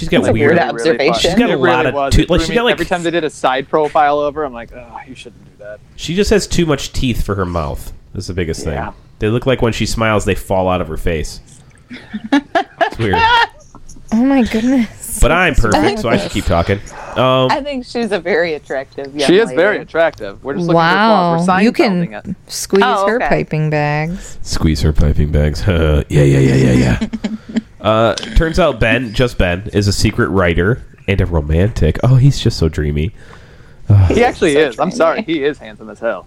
Speaker 2: got
Speaker 1: That's a
Speaker 2: weird.
Speaker 1: weird ass- observation.
Speaker 4: fucked-
Speaker 1: She's
Speaker 2: got a
Speaker 4: it really
Speaker 2: lot of
Speaker 4: was.
Speaker 2: tooth-
Speaker 4: It
Speaker 2: like,
Speaker 4: threw
Speaker 2: she's
Speaker 4: me-
Speaker 2: got, like-
Speaker 4: every time they did a side profile over, I'm like, oh, you shouldn't do that.
Speaker 2: She just has too much teeth for her mouth. That's the biggest thing.
Speaker 4: Yeah.
Speaker 2: They look like when she smiles, they fall out of her face. It's weird.
Speaker 5: Oh my goodness.
Speaker 2: But I'm perfect, so I should keep talking. Um,
Speaker 1: I think she's a very attractive. Young
Speaker 4: She is
Speaker 1: lady.
Speaker 4: very attractive. We're just looking
Speaker 5: Wow.
Speaker 4: for flaws. We're
Speaker 5: You can-
Speaker 4: Seinfelding it.
Speaker 5: Squeeze
Speaker 1: Oh,
Speaker 5: her
Speaker 1: okay.
Speaker 5: piping bags.
Speaker 2: squeeze her piping bags. yeah, yeah, yeah, yeah, yeah. uh, turns out Ben, just Ben, is a secret writer and a romantic. Oh, he's just so dreamy.
Speaker 4: He actually is. I'm sorry. He is handsome as hell.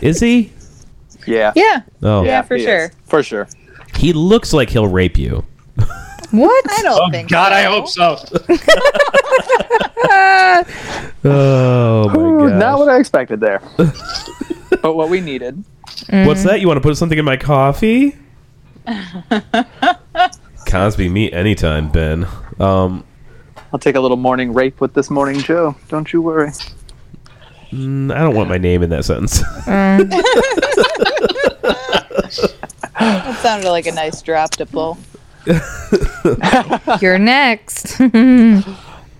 Speaker 2: Is he?
Speaker 4: Yeah.
Speaker 1: Yeah,
Speaker 2: Oh,
Speaker 1: Yeah. for
Speaker 4: he
Speaker 1: sure.
Speaker 4: is. For sure.
Speaker 2: he looks like he'll rape you.
Speaker 5: What?
Speaker 1: I don't
Speaker 7: Oh
Speaker 1: think.
Speaker 7: God,
Speaker 1: so.
Speaker 7: I hope so.
Speaker 2: Oh my
Speaker 4: Ooh,
Speaker 2: god!
Speaker 4: not what I expected there. but what we needed.
Speaker 2: What's that? You want to put something in my coffee? Cosby, meet anytime, Ben. Um,
Speaker 4: I'll take a little morning rape with this morning Joe. Don't you worry.
Speaker 2: I don't want my name in that sentence.
Speaker 1: That sounded like a nice drop to pull.
Speaker 5: You're next.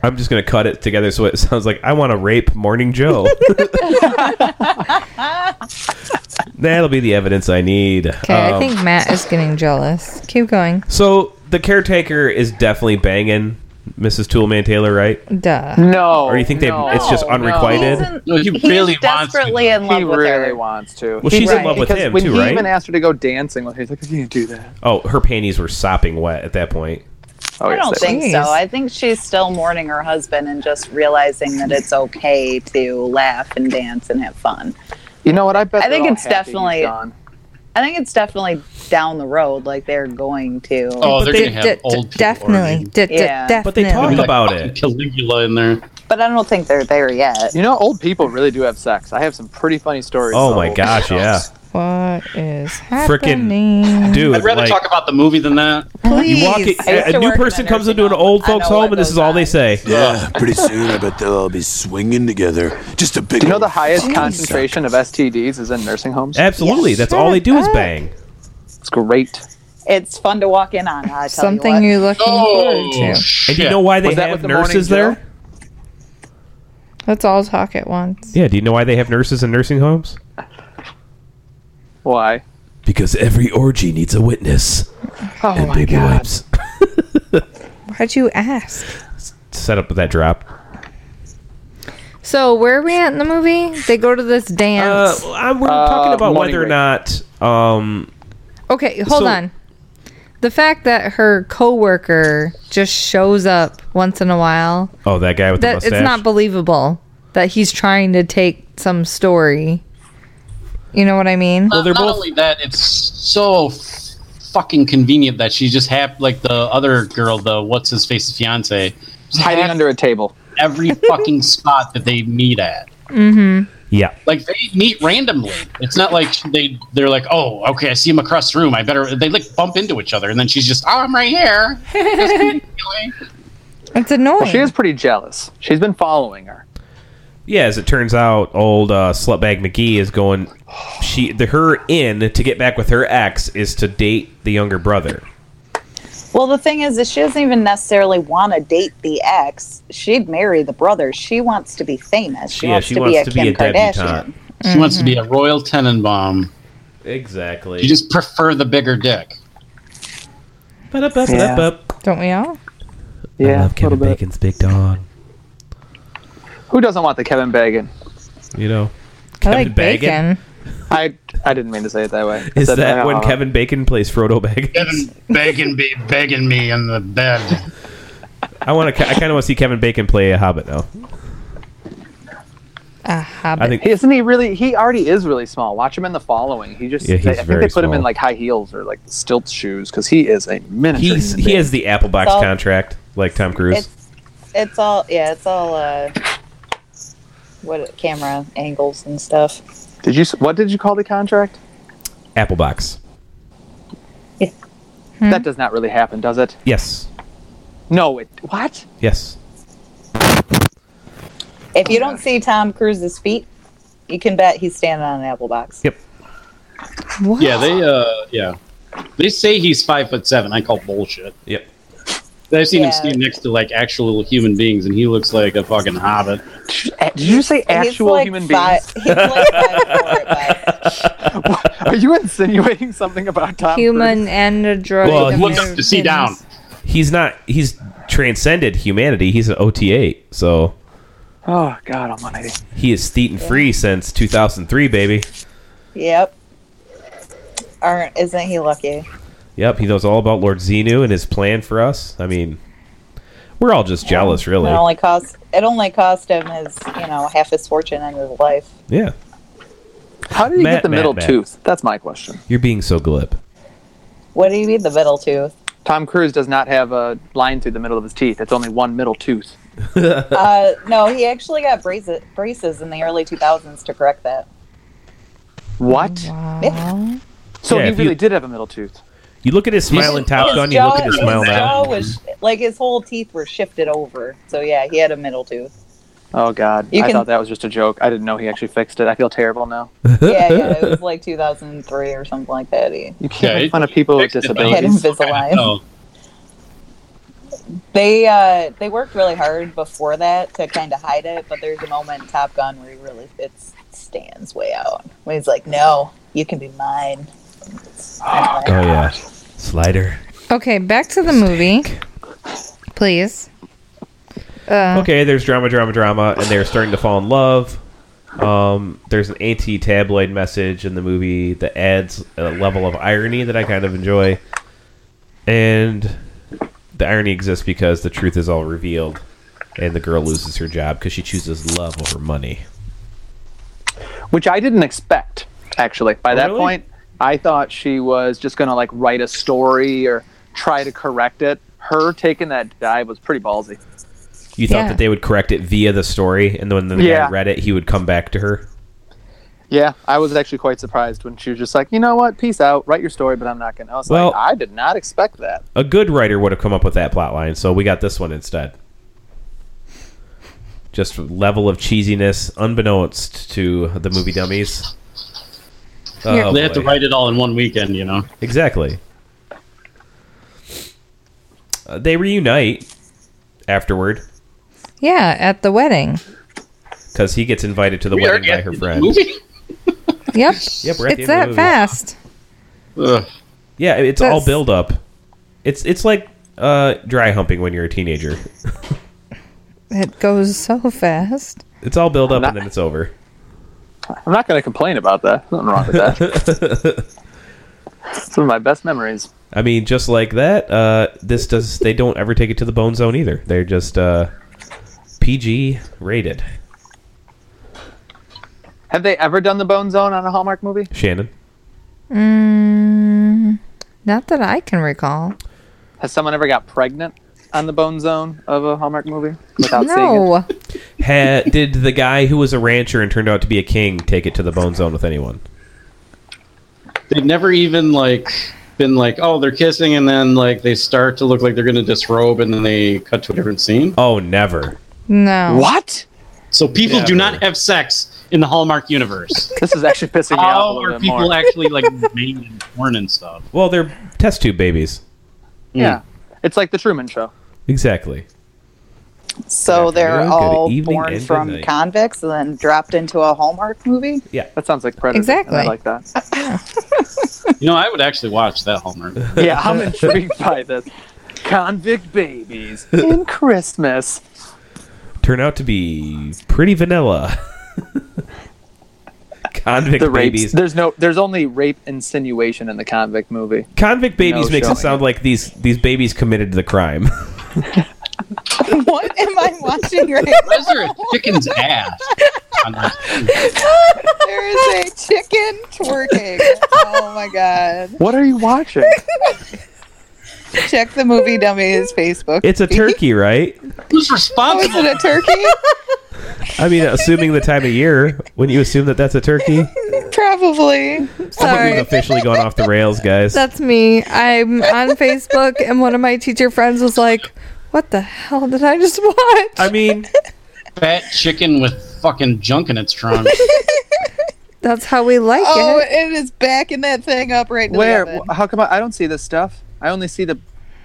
Speaker 2: I'm just gonna cut it together so it sounds like I want to rape Morning Joe. That'll be the evidence I need.
Speaker 5: Okay, I
Speaker 2: Um,
Speaker 5: think Matt is getting jealous. Keep going.
Speaker 2: so. The caretaker is definitely banging Mrs. Toolman Taylor, right?
Speaker 5: Duh.
Speaker 4: No.
Speaker 2: Or you think they? it's just
Speaker 1: Oh, No, no.
Speaker 2: unrequited.
Speaker 1: He's, in,
Speaker 7: No, he
Speaker 1: he's
Speaker 7: really wants to.
Speaker 1: desperately in love
Speaker 4: He
Speaker 1: with
Speaker 4: really
Speaker 1: her.
Speaker 4: wants to.
Speaker 2: Well,
Speaker 4: He-
Speaker 2: she's in
Speaker 1: Right.
Speaker 2: love with
Speaker 4: because
Speaker 2: him
Speaker 4: when
Speaker 2: too,
Speaker 4: he
Speaker 2: right?
Speaker 4: even asked her to go dancing, with her, he's like, "You can't do that."
Speaker 2: oh, her panties were sopping wet at that point.
Speaker 4: Oh,
Speaker 1: I
Speaker 4: yes,
Speaker 1: don't
Speaker 4: they
Speaker 1: think
Speaker 5: Jeez.
Speaker 1: so. I think she's still mourning her husband and just realizing that it's okay to laugh and dance and have fun.
Speaker 4: were. You know what? I bet.
Speaker 1: I think
Speaker 4: they're all
Speaker 1: it's
Speaker 4: happy he's
Speaker 1: definitely-
Speaker 4: gone.
Speaker 1: I think it's definitely down the road. Like they're going to.
Speaker 7: Oh, they're
Speaker 5: D-
Speaker 7: gonna
Speaker 5: d-
Speaker 7: have
Speaker 5: d-
Speaker 7: old people
Speaker 5: definitely.
Speaker 7: orgy.
Speaker 5: D- d-
Speaker 1: Yeah.
Speaker 5: definitely.
Speaker 2: But they talk
Speaker 7: Like,
Speaker 2: about
Speaker 7: fucking
Speaker 2: it.
Speaker 7: Caligula in there.
Speaker 1: But I don't think they're there yet.
Speaker 4: You know, old people really do have sex. I have some pretty funny stories.
Speaker 2: Oh
Speaker 4: about
Speaker 2: my
Speaker 4: old
Speaker 2: gosh!
Speaker 4: people.
Speaker 2: Yeah,
Speaker 5: What is
Speaker 2: Frickin'
Speaker 5: happening?
Speaker 2: dude.
Speaker 7: I'd rather
Speaker 2: like-
Speaker 7: talk about the movie than that.
Speaker 5: Please.
Speaker 2: You walk in,
Speaker 1: I used
Speaker 2: a
Speaker 1: to
Speaker 2: new
Speaker 1: work in a
Speaker 2: person comes into an
Speaker 1: nursing home.
Speaker 2: old
Speaker 1: I know
Speaker 2: folks
Speaker 1: what
Speaker 2: home, and this
Speaker 1: goes
Speaker 2: is all they
Speaker 1: on.
Speaker 2: say.
Speaker 8: Yeah, pretty soon I bet they'll all be swinging together. Just a big.
Speaker 4: Do you know
Speaker 8: old
Speaker 4: the highest concentration of STDs is in nursing homes?
Speaker 2: Absolutely, that's all they do is bang.
Speaker 4: It's great.
Speaker 1: It's fun to walk in on. I tell
Speaker 5: Something
Speaker 1: you
Speaker 5: you're looking forward to.
Speaker 2: And you know why they
Speaker 4: Was that
Speaker 2: have
Speaker 4: with the
Speaker 2: nurses
Speaker 4: morning
Speaker 2: there?
Speaker 5: Let's all talk at once.
Speaker 2: Yeah. Do you know why they have nurses in nursing homes?
Speaker 4: Why?
Speaker 8: Because every orgy needs a witness.
Speaker 4: Oh
Speaker 8: and baby wipes.
Speaker 5: Why'd you ask?
Speaker 2: Set up with that drop.
Speaker 5: So where are we at in the movie? They go to this
Speaker 2: Uh,
Speaker 5: dance.
Speaker 2: well, I'm- we're
Speaker 4: Uh,
Speaker 2: talking about
Speaker 4: morning
Speaker 2: whether or
Speaker 4: rape.
Speaker 2: not. Um,
Speaker 5: okay, hold
Speaker 2: so-
Speaker 5: on. The fact that her coworker just shows up once in a while,
Speaker 2: oh, that guy with the
Speaker 5: that
Speaker 2: mustache.
Speaker 5: it's not believable that he's trying to take some story You know what I mean?
Speaker 7: Well, they're not only that, it's so fucking convenient that she just hap like the other girl, the what's his face fiance,
Speaker 4: hiding under a table.
Speaker 7: Every fucking spot that they meet at,
Speaker 5: Mm-hmm.
Speaker 12: Yeah.
Speaker 7: like they meet randomly. It's not like they they're like, oh, okay, I see him across the room. I better. They like bump into each other, and then she's just, oh, I'm right here.
Speaker 5: It's annoying.
Speaker 4: Well, she is pretty jealous. She's been following her.
Speaker 12: Yeah, as it turns out, old uh, slutbag McGee is going. She the her in to get back with her ex is to date the younger brother.
Speaker 1: Well, the thing is, is she doesn't even necessarily want to date the ex. She'd marry the brother. She wants to be famous. She
Speaker 12: yeah,
Speaker 1: wants
Speaker 12: she
Speaker 1: to
Speaker 12: wants
Speaker 1: be a
Speaker 12: to
Speaker 1: Kim
Speaker 12: be a
Speaker 1: Kardashian.
Speaker 12: debutante.
Speaker 7: She wants to be a Royal Tenenbaum.
Speaker 12: Exactly.
Speaker 7: You just prefer the bigger dick.
Speaker 12: Ba-da-ba-ba-da-ba.
Speaker 5: Don't we all?
Speaker 4: Yeah,
Speaker 12: I love Kevin Bacon's big dog.
Speaker 4: Who doesn't want the Kevin Bacon?
Speaker 12: You know,
Speaker 5: I like
Speaker 12: Bacon?
Speaker 5: bacon.
Speaker 4: I I didn't mean to say it that way.
Speaker 12: is
Speaker 4: I said,
Speaker 12: that
Speaker 4: uh,
Speaker 12: when Kevin Bacon plays Frodo Baggins?
Speaker 7: Kevin begging me, begging me in the bed.
Speaker 12: I want to. I kind of want to see Kevin Bacon play a Hobbit now.
Speaker 5: A hobbit.
Speaker 12: I think.
Speaker 4: He, isn't he really? He already is really small. Watch him in the following. He just.
Speaker 12: Yeah, he's
Speaker 4: they, I think
Speaker 12: very
Speaker 4: they put him in
Speaker 12: small.
Speaker 4: like high heels or like stilt shoes because he is a miniature.
Speaker 12: He's
Speaker 4: human
Speaker 12: he
Speaker 4: being.
Speaker 12: has the Apple Box
Speaker 1: So-
Speaker 12: contract like Tom Cruise.
Speaker 1: It's it's all yeah, it's all uh, what camera angles and stuff.
Speaker 4: Did you? s- What did you call the contract?
Speaker 12: Apple Box.
Speaker 1: Hmm?
Speaker 4: That does not really happen, does it?
Speaker 12: Yes.
Speaker 4: No. It. What?
Speaker 12: Yes.
Speaker 1: If you don't see Tom Cruise's feet, you can bet he's standing on an apple box.
Speaker 12: Yep.
Speaker 5: What?
Speaker 7: Yeah, they uh yeah. They say he's five foot seven. I call bullshit.
Speaker 12: Yep.
Speaker 7: I've seen him
Speaker 1: Yeah.
Speaker 7: stand next to like actual human beings and he looks like a fucking hobbit.
Speaker 4: A- Did you say
Speaker 1: He's
Speaker 4: actual
Speaker 1: like
Speaker 4: human
Speaker 1: fi-
Speaker 4: beings?
Speaker 1: He's like five, five.
Speaker 4: Are you insinuating something about Tom?
Speaker 5: Human
Speaker 4: Cruise?
Speaker 5: and a droid.
Speaker 12: Well, he
Speaker 7: Look up to see down.
Speaker 12: He's not. He's transcended humanity. He's an OT8. So
Speaker 4: Oh God Almighty!
Speaker 12: he is thetan free since 2003, baby.
Speaker 1: Yep. Aren't isn't he lucky?
Speaker 12: Yep. He knows all about Lord Xenu and his plan for us. I mean, we're all just
Speaker 4: Oh,
Speaker 12: jealous, really.
Speaker 1: It only cost it only cost him his you know half his fortune and his life.
Speaker 12: Yeah.
Speaker 4: How did he
Speaker 12: Matt,
Speaker 4: get the
Speaker 12: Matt,
Speaker 4: middle
Speaker 12: Matt.
Speaker 4: tooth? That's my question.
Speaker 12: You're being so glib.
Speaker 1: What do you mean the middle
Speaker 4: Uh,
Speaker 1: tooth?
Speaker 4: Tom Cruise does not have a line through the middle of his teeth. It's only one middle tooth.
Speaker 1: Uh, no, he actually got braces, braces in the early 2000s to correct that.
Speaker 4: What?
Speaker 1: Mm-hmm. Yeah.
Speaker 4: So
Speaker 12: Yeah,
Speaker 4: he
Speaker 12: if you-
Speaker 4: really did have a middle tooth.
Speaker 12: You look at his smile in Top Gun. You look at his smile
Speaker 1: his
Speaker 12: now.
Speaker 1: jaw was like his whole teeth were shifted over. So yeah, he had a middle tooth.
Speaker 4: Oh God!
Speaker 1: You
Speaker 4: I
Speaker 1: can-
Speaker 4: thought that was just a joke. I didn't know he actually fixed it. I feel terrible now.
Speaker 1: Yeah, yeah, it was like 2003 or something like that. He,
Speaker 4: You can't
Speaker 7: Yeah,
Speaker 4: make
Speaker 7: it-
Speaker 4: fun of people with
Speaker 1: had
Speaker 4: disabilities.
Speaker 1: Invisalign.
Speaker 7: Oh,
Speaker 1: They uh, they worked really hard before that to kind of hide it, but there's a moment in Top Gun where he really it's stands way out when he's like, "No, you can be mine."
Speaker 12: Oh yeah. Slider.
Speaker 5: Okay, back to the movie, please. Uh,
Speaker 12: okay, there's drama, drama, drama, and they're starting to fall in love. Um, there's an anti-tabloid message in the movie that adds a level of irony that I kind of enjoy, and the irony exists because the truth is all revealed, and the girl loses her job because she chooses love over money.
Speaker 4: which I didn't expect actually. By that
Speaker 12: really?
Speaker 4: point, I thought she was just gonna like write a story or try to correct it. Her taking that dive was pretty ballsy.
Speaker 12: You thought
Speaker 5: Yeah.
Speaker 12: that they would correct it via the story, and then when the
Speaker 4: Yeah.
Speaker 12: guy read it, he would come back to her.
Speaker 4: Yeah, I was actually quite surprised when she was just like, you know what, peace out, write your story, but I'm not gonna. I was
Speaker 12: Well-
Speaker 4: like, I did not expect that.
Speaker 12: A good writer would have come up with that plot line, so we got this one instead. Just level of cheesiness, unbeknownst to the movie dummies. Oh,
Speaker 5: Yeah.
Speaker 7: they have to
Speaker 12: boy.
Speaker 7: write it all in one weekend, you know.
Speaker 12: Exactly. Uh, they reunite afterward
Speaker 5: yeah, at the wedding.
Speaker 12: because he gets invited to the wedding by her friend.
Speaker 7: Movie?
Speaker 5: Yep.
Speaker 12: Yep, we're at the end
Speaker 5: It's
Speaker 12: of the
Speaker 5: that
Speaker 12: movie.
Speaker 5: fast.
Speaker 7: Ugh.
Speaker 12: Yeah, it's all
Speaker 5: That's-
Speaker 12: build up. It's it's like uh, dry humping when you're a teenager.
Speaker 5: It goes so fast.
Speaker 12: It's all build up
Speaker 4: Not-
Speaker 12: and then it's over.
Speaker 4: I'm not gonna complain about that. Nothing wrong with that. Some of my best memories.
Speaker 12: I mean, just like that, uh, this does. They don't ever take it to the bone zone either. They're just uh, PG rated.
Speaker 4: Have they ever done the Bone Zone on a Hallmark movie?
Speaker 2: Shannon.
Speaker 5: Mm, not that I can recall.
Speaker 4: Has someone ever got pregnant on the Bone Zone of a Hallmark movie without seeing it?
Speaker 5: No.
Speaker 2: Ha, did the guy who was a rancher and turned out to be a king take it to the bone zone with anyone?
Speaker 7: They've never even like been like, oh, they're kissing, and then like they start to look like they're gonna disrobe, and then they cut to a different scene.
Speaker 2: Oh, never.
Speaker 5: No.
Speaker 4: What?
Speaker 7: So people do not have sex in the Hallmark universe.
Speaker 4: This is actually pissing me off a
Speaker 7: How
Speaker 4: little
Speaker 7: are
Speaker 4: bit
Speaker 7: people
Speaker 4: more.
Speaker 7: actually like made in porn and stuff?
Speaker 2: Well, they're test tube babies.
Speaker 4: yeah, it's like the Truman Show.
Speaker 2: Exactly.
Speaker 1: So they're
Speaker 2: Good
Speaker 1: all
Speaker 2: evening
Speaker 1: born
Speaker 2: and good
Speaker 1: from
Speaker 2: night.
Speaker 1: convicts and then dropped into a Hallmark movie.
Speaker 2: Yeah.
Speaker 4: That sounds like Predator. and I
Speaker 5: Exactly.
Speaker 4: like that.
Speaker 7: You know, I would actually watch that Hallmark.
Speaker 4: Yeah, I'm intrigued by this. Convict babies in Christmas.
Speaker 2: Turn out to be pretty vanilla. convict
Speaker 4: The rapes.
Speaker 2: babies.
Speaker 4: There's no. There's only rape insinuation in the convict movie.
Speaker 2: Convict babies
Speaker 4: No
Speaker 2: makes it
Speaker 4: showing.
Speaker 2: sound like these these babies committed the crime.
Speaker 1: What am I watching right
Speaker 7: Why is there a chicken's ass? on that screen?
Speaker 1: now? There is a chicken twerking. Oh my god.
Speaker 4: What are you watching?
Speaker 1: Check the movie dummies Facebook.
Speaker 2: it's a turkey, right?
Speaker 7: Who's
Speaker 1: Oh, is
Speaker 7: responsible?
Speaker 1: it a turkey?
Speaker 2: I mean, assuming the time of year, wouldn't you assume that that's a turkey?
Speaker 1: Probably.
Speaker 2: We've
Speaker 5: Sorry.
Speaker 2: officially gone off the rails, guys.
Speaker 5: That's me. I'm on Facebook, and one of my teacher friends was like, "What the hell did I just watch?"
Speaker 2: I mean,
Speaker 7: Fat chicken with fucking junk in its trunk.
Speaker 5: That's how we like
Speaker 1: Oh,
Speaker 5: it.
Speaker 1: it is backing that thing up right now.
Speaker 4: Where? wh- How come I, I don't see this stuff? I only see the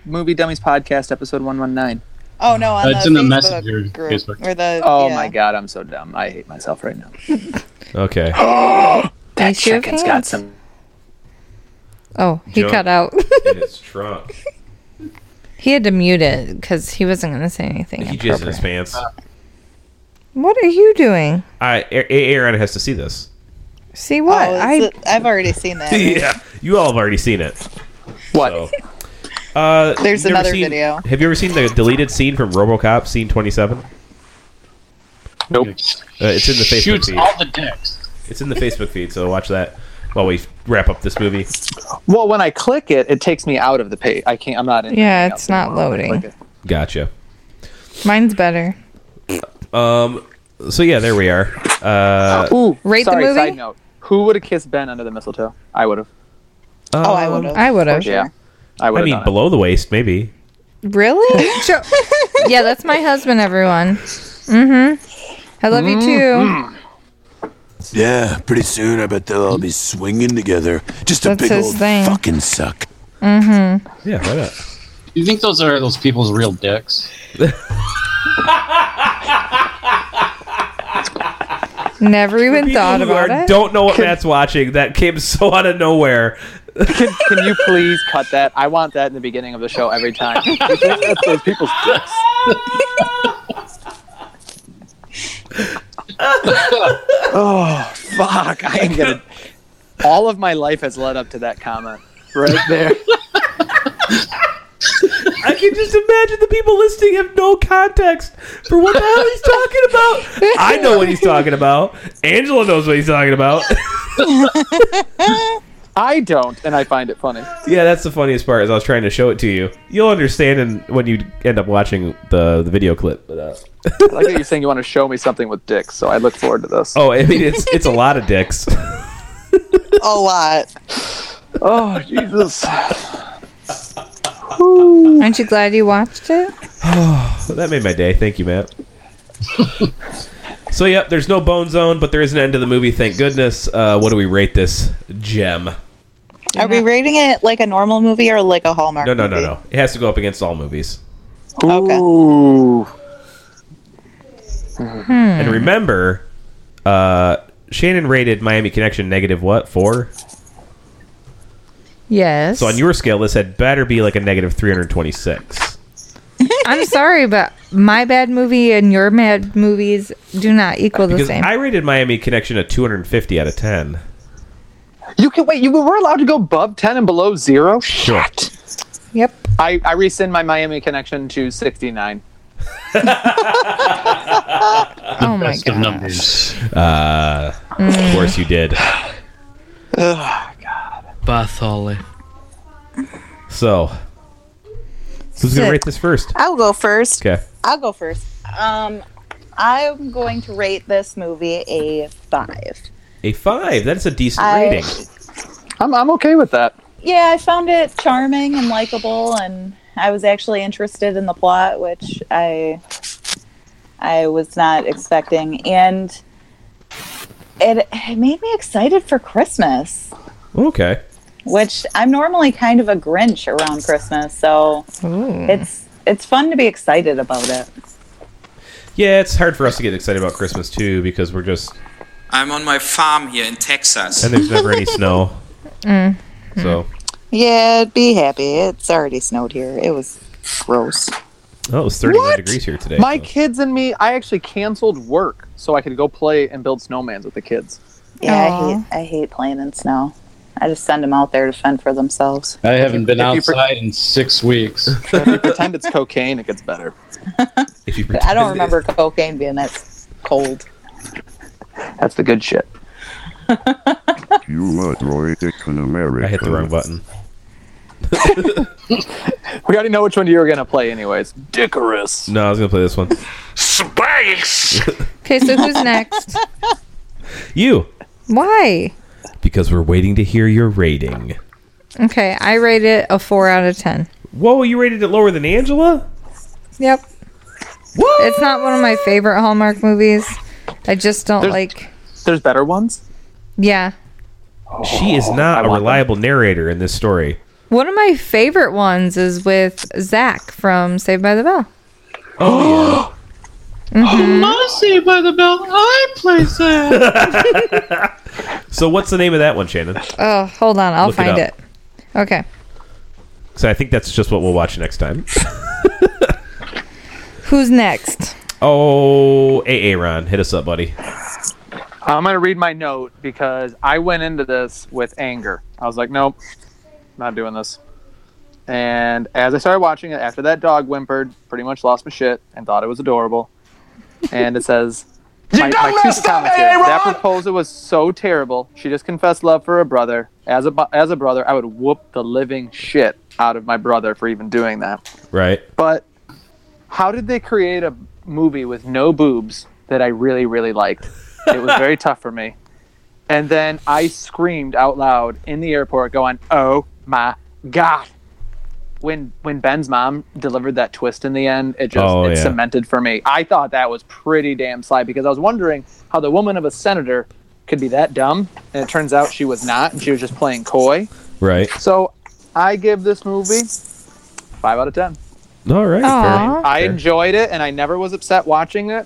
Speaker 4: movie dummies podcast episode one one nine.
Speaker 1: Oh no, on
Speaker 7: Uh,
Speaker 1: the
Speaker 7: it's in the
Speaker 1: Facebook
Speaker 7: Messenger,
Speaker 1: group
Speaker 7: Facebook.
Speaker 1: or the.
Speaker 4: Oh
Speaker 1: yeah.
Speaker 4: my god, I'm so dumb. I hate myself right now.
Speaker 2: okay.
Speaker 5: That
Speaker 4: Chicken's got some.
Speaker 5: Oh, he
Speaker 2: Joe.
Speaker 5: cut out.
Speaker 2: In its trunk.
Speaker 5: he had to mute it because he wasn't going to say anything.
Speaker 2: He jizzed in
Speaker 5: appropriate.
Speaker 2: his pants.
Speaker 5: What are you doing?
Speaker 2: I, A- A- Aaron has to see this.
Speaker 5: See
Speaker 1: Oh,
Speaker 5: what?
Speaker 1: I,
Speaker 5: I
Speaker 1: I've already seen that.
Speaker 2: Yeah, you all have already seen it.
Speaker 4: What?
Speaker 2: So. Uh,
Speaker 1: There's
Speaker 2: you ever
Speaker 1: another
Speaker 2: seen-
Speaker 1: video.
Speaker 2: Have you ever seen the deleted scene from RoboCop, scene 27?
Speaker 4: Nope.
Speaker 2: Uh, it's in the Facebook
Speaker 7: Shoots
Speaker 2: feed.
Speaker 7: all the dicks.
Speaker 2: It's in the Facebook feed, so watch that while we wrap up this movie.
Speaker 4: Well, when I click it, it takes me out of the page. I can't. I'm not in.
Speaker 5: Yeah,
Speaker 4: anything
Speaker 5: it's
Speaker 4: else
Speaker 5: not
Speaker 4: anymore when I
Speaker 5: loading.
Speaker 4: click it.
Speaker 2: Gotcha.
Speaker 5: mine's better.
Speaker 2: So yeah, there we are. Uh,
Speaker 4: Ooh,
Speaker 5: Rate the
Speaker 4: sorry,
Speaker 5: movie?
Speaker 4: Side note: Who would have kissed Ben under the mistletoe? I would have.
Speaker 1: Oh, I would have.
Speaker 5: I would have.
Speaker 4: Yeah, I would.
Speaker 2: I mean, below the waist, maybe.
Speaker 5: Really? Jo- yeah, that's my husband. Everyone. Mm-hmm. I love you
Speaker 4: Mm-hmm.
Speaker 5: too.
Speaker 8: Yeah, pretty soon I bet they'll all be swinging together. Just a
Speaker 5: That's
Speaker 8: big
Speaker 5: his
Speaker 8: old
Speaker 5: thing.
Speaker 8: fucking suck.
Speaker 2: Yeah, why not?
Speaker 7: You think those are those people's real dicks?
Speaker 5: Never even thought
Speaker 2: People who
Speaker 5: about
Speaker 2: are-
Speaker 5: it.
Speaker 2: Don't know what Matt's watching. That came so out of nowhere.
Speaker 4: Can, can you please cut that? I want that in the beginning of the show every time. That's those people's dicks. oh fuck! I am gonna. All of my life has led up to that comment right there.
Speaker 2: I can just imagine the people listening have no context for what the hell he's talking about. I know what he's talking about. Angela knows what he's talking about.
Speaker 4: I don't, and I find it funny.
Speaker 2: yeah, that's the funniest part. Is I was trying to show it to you. You'll understand in, when you end up watching the, the video clip. But, uh,
Speaker 4: I like that you're saying you want to show me something with dicks, so I look forward to this.
Speaker 2: oh, I mean, it's it's a lot of dicks.
Speaker 1: A lot.
Speaker 4: Oh, Jesus.
Speaker 5: Aren't you glad you watched it?
Speaker 2: So that made my day. Thank you, Matt. so yep, there's no bone zone, but there is an end to the movie. Thank goodness. Uh, what do we rate this gem?
Speaker 1: Are we rating it like a normal movie or like a Hallmark?
Speaker 2: No, no, no,
Speaker 1: movie?
Speaker 2: no. It has to go up against all movies.
Speaker 1: Okay.
Speaker 4: Ooh.
Speaker 2: And remember, uh, Shannon rated Miami Connection negative what four?
Speaker 5: Yes.
Speaker 2: So on your scale, this had better be like a negative three hundred twenty-six.
Speaker 5: I'm sorry, but my bad movie and your bad movies do not equal the
Speaker 2: Because
Speaker 5: same.
Speaker 2: I rated Miami Connection a two hundred and fifty out of ten.
Speaker 4: You can wait. You were allowed to go above ten and below zero.
Speaker 2: Sure.
Speaker 5: yep.
Speaker 4: I, I rescind my Miami connection to sixty nine.
Speaker 5: Oh my
Speaker 7: Best of
Speaker 5: Oh god.
Speaker 7: numbers.
Speaker 2: Of course you did.
Speaker 4: Ugh.
Speaker 11: Bartholomew.
Speaker 2: So, who's going
Speaker 1: Sick.
Speaker 2: to rate this first?
Speaker 1: I'll go first.
Speaker 2: Okay.
Speaker 1: I'll go first. Um, I'm going to rate this movie a five.
Speaker 2: A five. That's a decent
Speaker 1: I-
Speaker 2: rating.
Speaker 4: I'm, I'm okay with that.
Speaker 1: Yeah, I found it charming and likable, and I was actually interested in the plot, which I I was not expecting, and it, it made me excited for Christmas,
Speaker 2: Okay.
Speaker 1: which I'm normally kind of a Grinch around Christmas, so it's it's fun to be excited about it.
Speaker 2: Yeah, it's hard for us to get excited about Christmas too because we're just
Speaker 13: I'm on my farm here in Texas.
Speaker 2: and there's never any snow. So,
Speaker 1: Yeah, be happy. It's already snowed here. It was gross.
Speaker 2: oh, it was 31
Speaker 4: What?
Speaker 2: degrees here today.
Speaker 4: My kids and me, I actually canceled work so I could go play and build snowmans with the kids.
Speaker 1: Yeah, I hate I hate playing in snow. I just send them out there to fend for themselves.
Speaker 7: I haven't been
Speaker 1: If you
Speaker 4: pre-
Speaker 7: outside in six weeks.
Speaker 4: if you pretend it's cocaine, it gets better.
Speaker 2: if you
Speaker 1: I don't remember cocaine being that cold.
Speaker 4: That's the good shit.
Speaker 3: You look like an American. I hit the wrong
Speaker 2: button.
Speaker 4: We already know which one you were gonna play, anyways. Dickorous.
Speaker 2: No, I was going to play this one.
Speaker 4: Space.
Speaker 5: Okay, so who's next?
Speaker 2: You,
Speaker 5: Why?
Speaker 2: because we're waiting to hear your rating.
Speaker 5: Okay, I rate it a four out of ten.
Speaker 2: Whoa, you rated it lower than Angela?
Speaker 5: Yep. It's not one of my favorite Hallmark movies. I just don't
Speaker 4: There's-
Speaker 5: like.
Speaker 4: There's better ones.
Speaker 5: Yeah.
Speaker 2: She is not a reliable narrator in this story.
Speaker 5: One of my favorite ones is with Zach from Saved by the Bell.
Speaker 2: Oh,
Speaker 5: Mhm.
Speaker 11: Mercy by the bell, I play that.
Speaker 2: yeah. So, what's the name of that one, Shannon?
Speaker 5: oh, hold on. I'll
Speaker 2: Look it
Speaker 5: find it,
Speaker 2: up.
Speaker 5: Okay.
Speaker 2: So, I think that's just what we'll watch next time.
Speaker 5: Who's next?
Speaker 2: Oh, Aaron, hit us up, buddy.
Speaker 4: I'm gonna read my note because I went into this with anger. I was like, nope, not doing this. And as I started watching it, after that dog whimpered, pretty much lost my shit and thought it was adorable. And it says, my, my two comments here. That proposal was so terrible. She just confessed love for her brother. As a bu- as a brother, I would whoop the living shit out of my brother for even doing that.
Speaker 2: Right.
Speaker 4: But how did they create a movie with no boobs that I really, really liked? It was very tough for me. And then I screamed out loud in the airport, going, "Oh my god!" When when Ben's mom delivered that twist in the end, it just
Speaker 2: Oh,
Speaker 4: it
Speaker 2: yeah.
Speaker 4: cemented for me. I thought that was pretty damn sly because I was wondering how the woman of a senator could be that dumb, and it turns out she was not, and she was just playing coy.
Speaker 2: Right.
Speaker 4: So I give this movie five out of ten.
Speaker 2: All right. fair.
Speaker 4: I enjoyed it, and I never was upset watching it.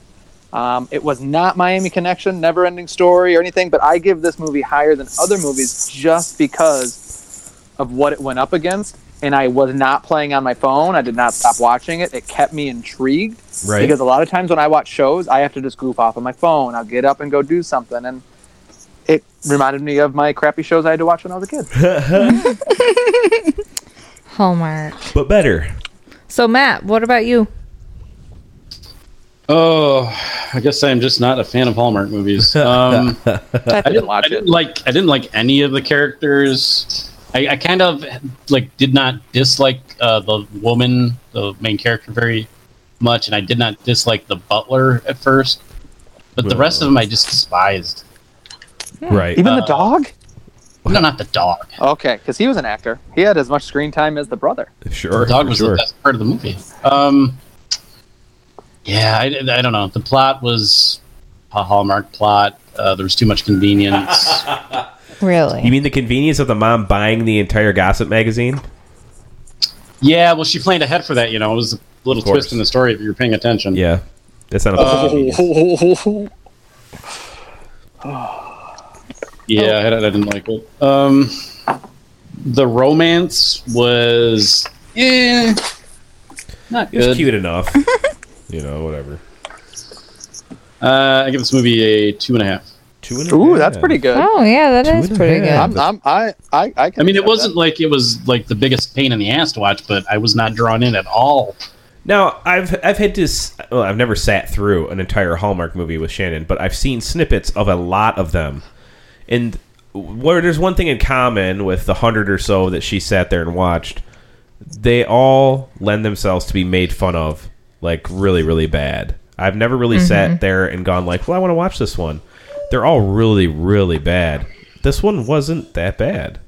Speaker 4: Um, it was not Miami Connection, Never Ending Story, or anything, but I give this movie higher than other movies just because of what it went up against. And I was not playing on my phone. I did not stop watching it. It kept me intrigued
Speaker 2: Right.
Speaker 4: because a lot of times when I watch shows, I have to just goof off on my phone. I'll get up and go do something, and it reminded me of my crappy shows I had to watch when I was a kid.
Speaker 5: Hallmark.
Speaker 2: But better.
Speaker 5: So Matt, what about you?
Speaker 7: Oh, I guess I'm just not a fan of Hallmark movies. Um, I didn't watch I didn't Like I didn't like any of the characters. I, I kind of like did not dislike uh, the woman, the main character, very much, and I did not dislike the butler at first. But the rest of them, I just despised.
Speaker 2: Right.
Speaker 4: Even the dog?
Speaker 7: No, not the dog.
Speaker 4: Uh, Okay, because he was an actor. He had as much screen time as the brother.
Speaker 2: Sure.
Speaker 7: The dog was
Speaker 2: sure.
Speaker 7: the best part of the movie. Um, yeah, I, I don't know. The plot was a Hallmark plot. Uh, there was too much convenience.
Speaker 5: Really?
Speaker 2: You mean the convenience of the mom buying the entire gossip magazine?
Speaker 7: yeah, well, she planned ahead for that. You know, it was a little
Speaker 2: Of course.
Speaker 7: twist in the story if you were paying attention.
Speaker 2: Yeah. That's not a
Speaker 7: Um,
Speaker 14: Oh.
Speaker 7: yeah, I, I didn't like it. Um, the romance was eh, not
Speaker 2: It was
Speaker 7: good.
Speaker 2: cute enough. you know, whatever.
Speaker 7: Uh, I give this movie a two and a half.
Speaker 2: Two and
Speaker 4: Ooh, that's pretty good.
Speaker 5: Oh yeah, that is pretty good.
Speaker 4: I'm, I'm, I, I, I,
Speaker 7: I
Speaker 4: can
Speaker 7: mean, it
Speaker 4: accept
Speaker 7: wasn't like it was like the biggest pain in the ass to watch, but I was not drawn in at all.
Speaker 2: Now I've I've had to s- well I've never sat through an entire Hallmark movie with Shannon, but I've seen snippets of a lot of them, and where there's one thing in common with the hundred or so that she sat there and watched, they all lend themselves to be made fun of like really really bad. I've never really
Speaker 14: Mhm.
Speaker 2: sat there and gone like, well I want to watch this one. They're all really really bad. This one wasn't that bad.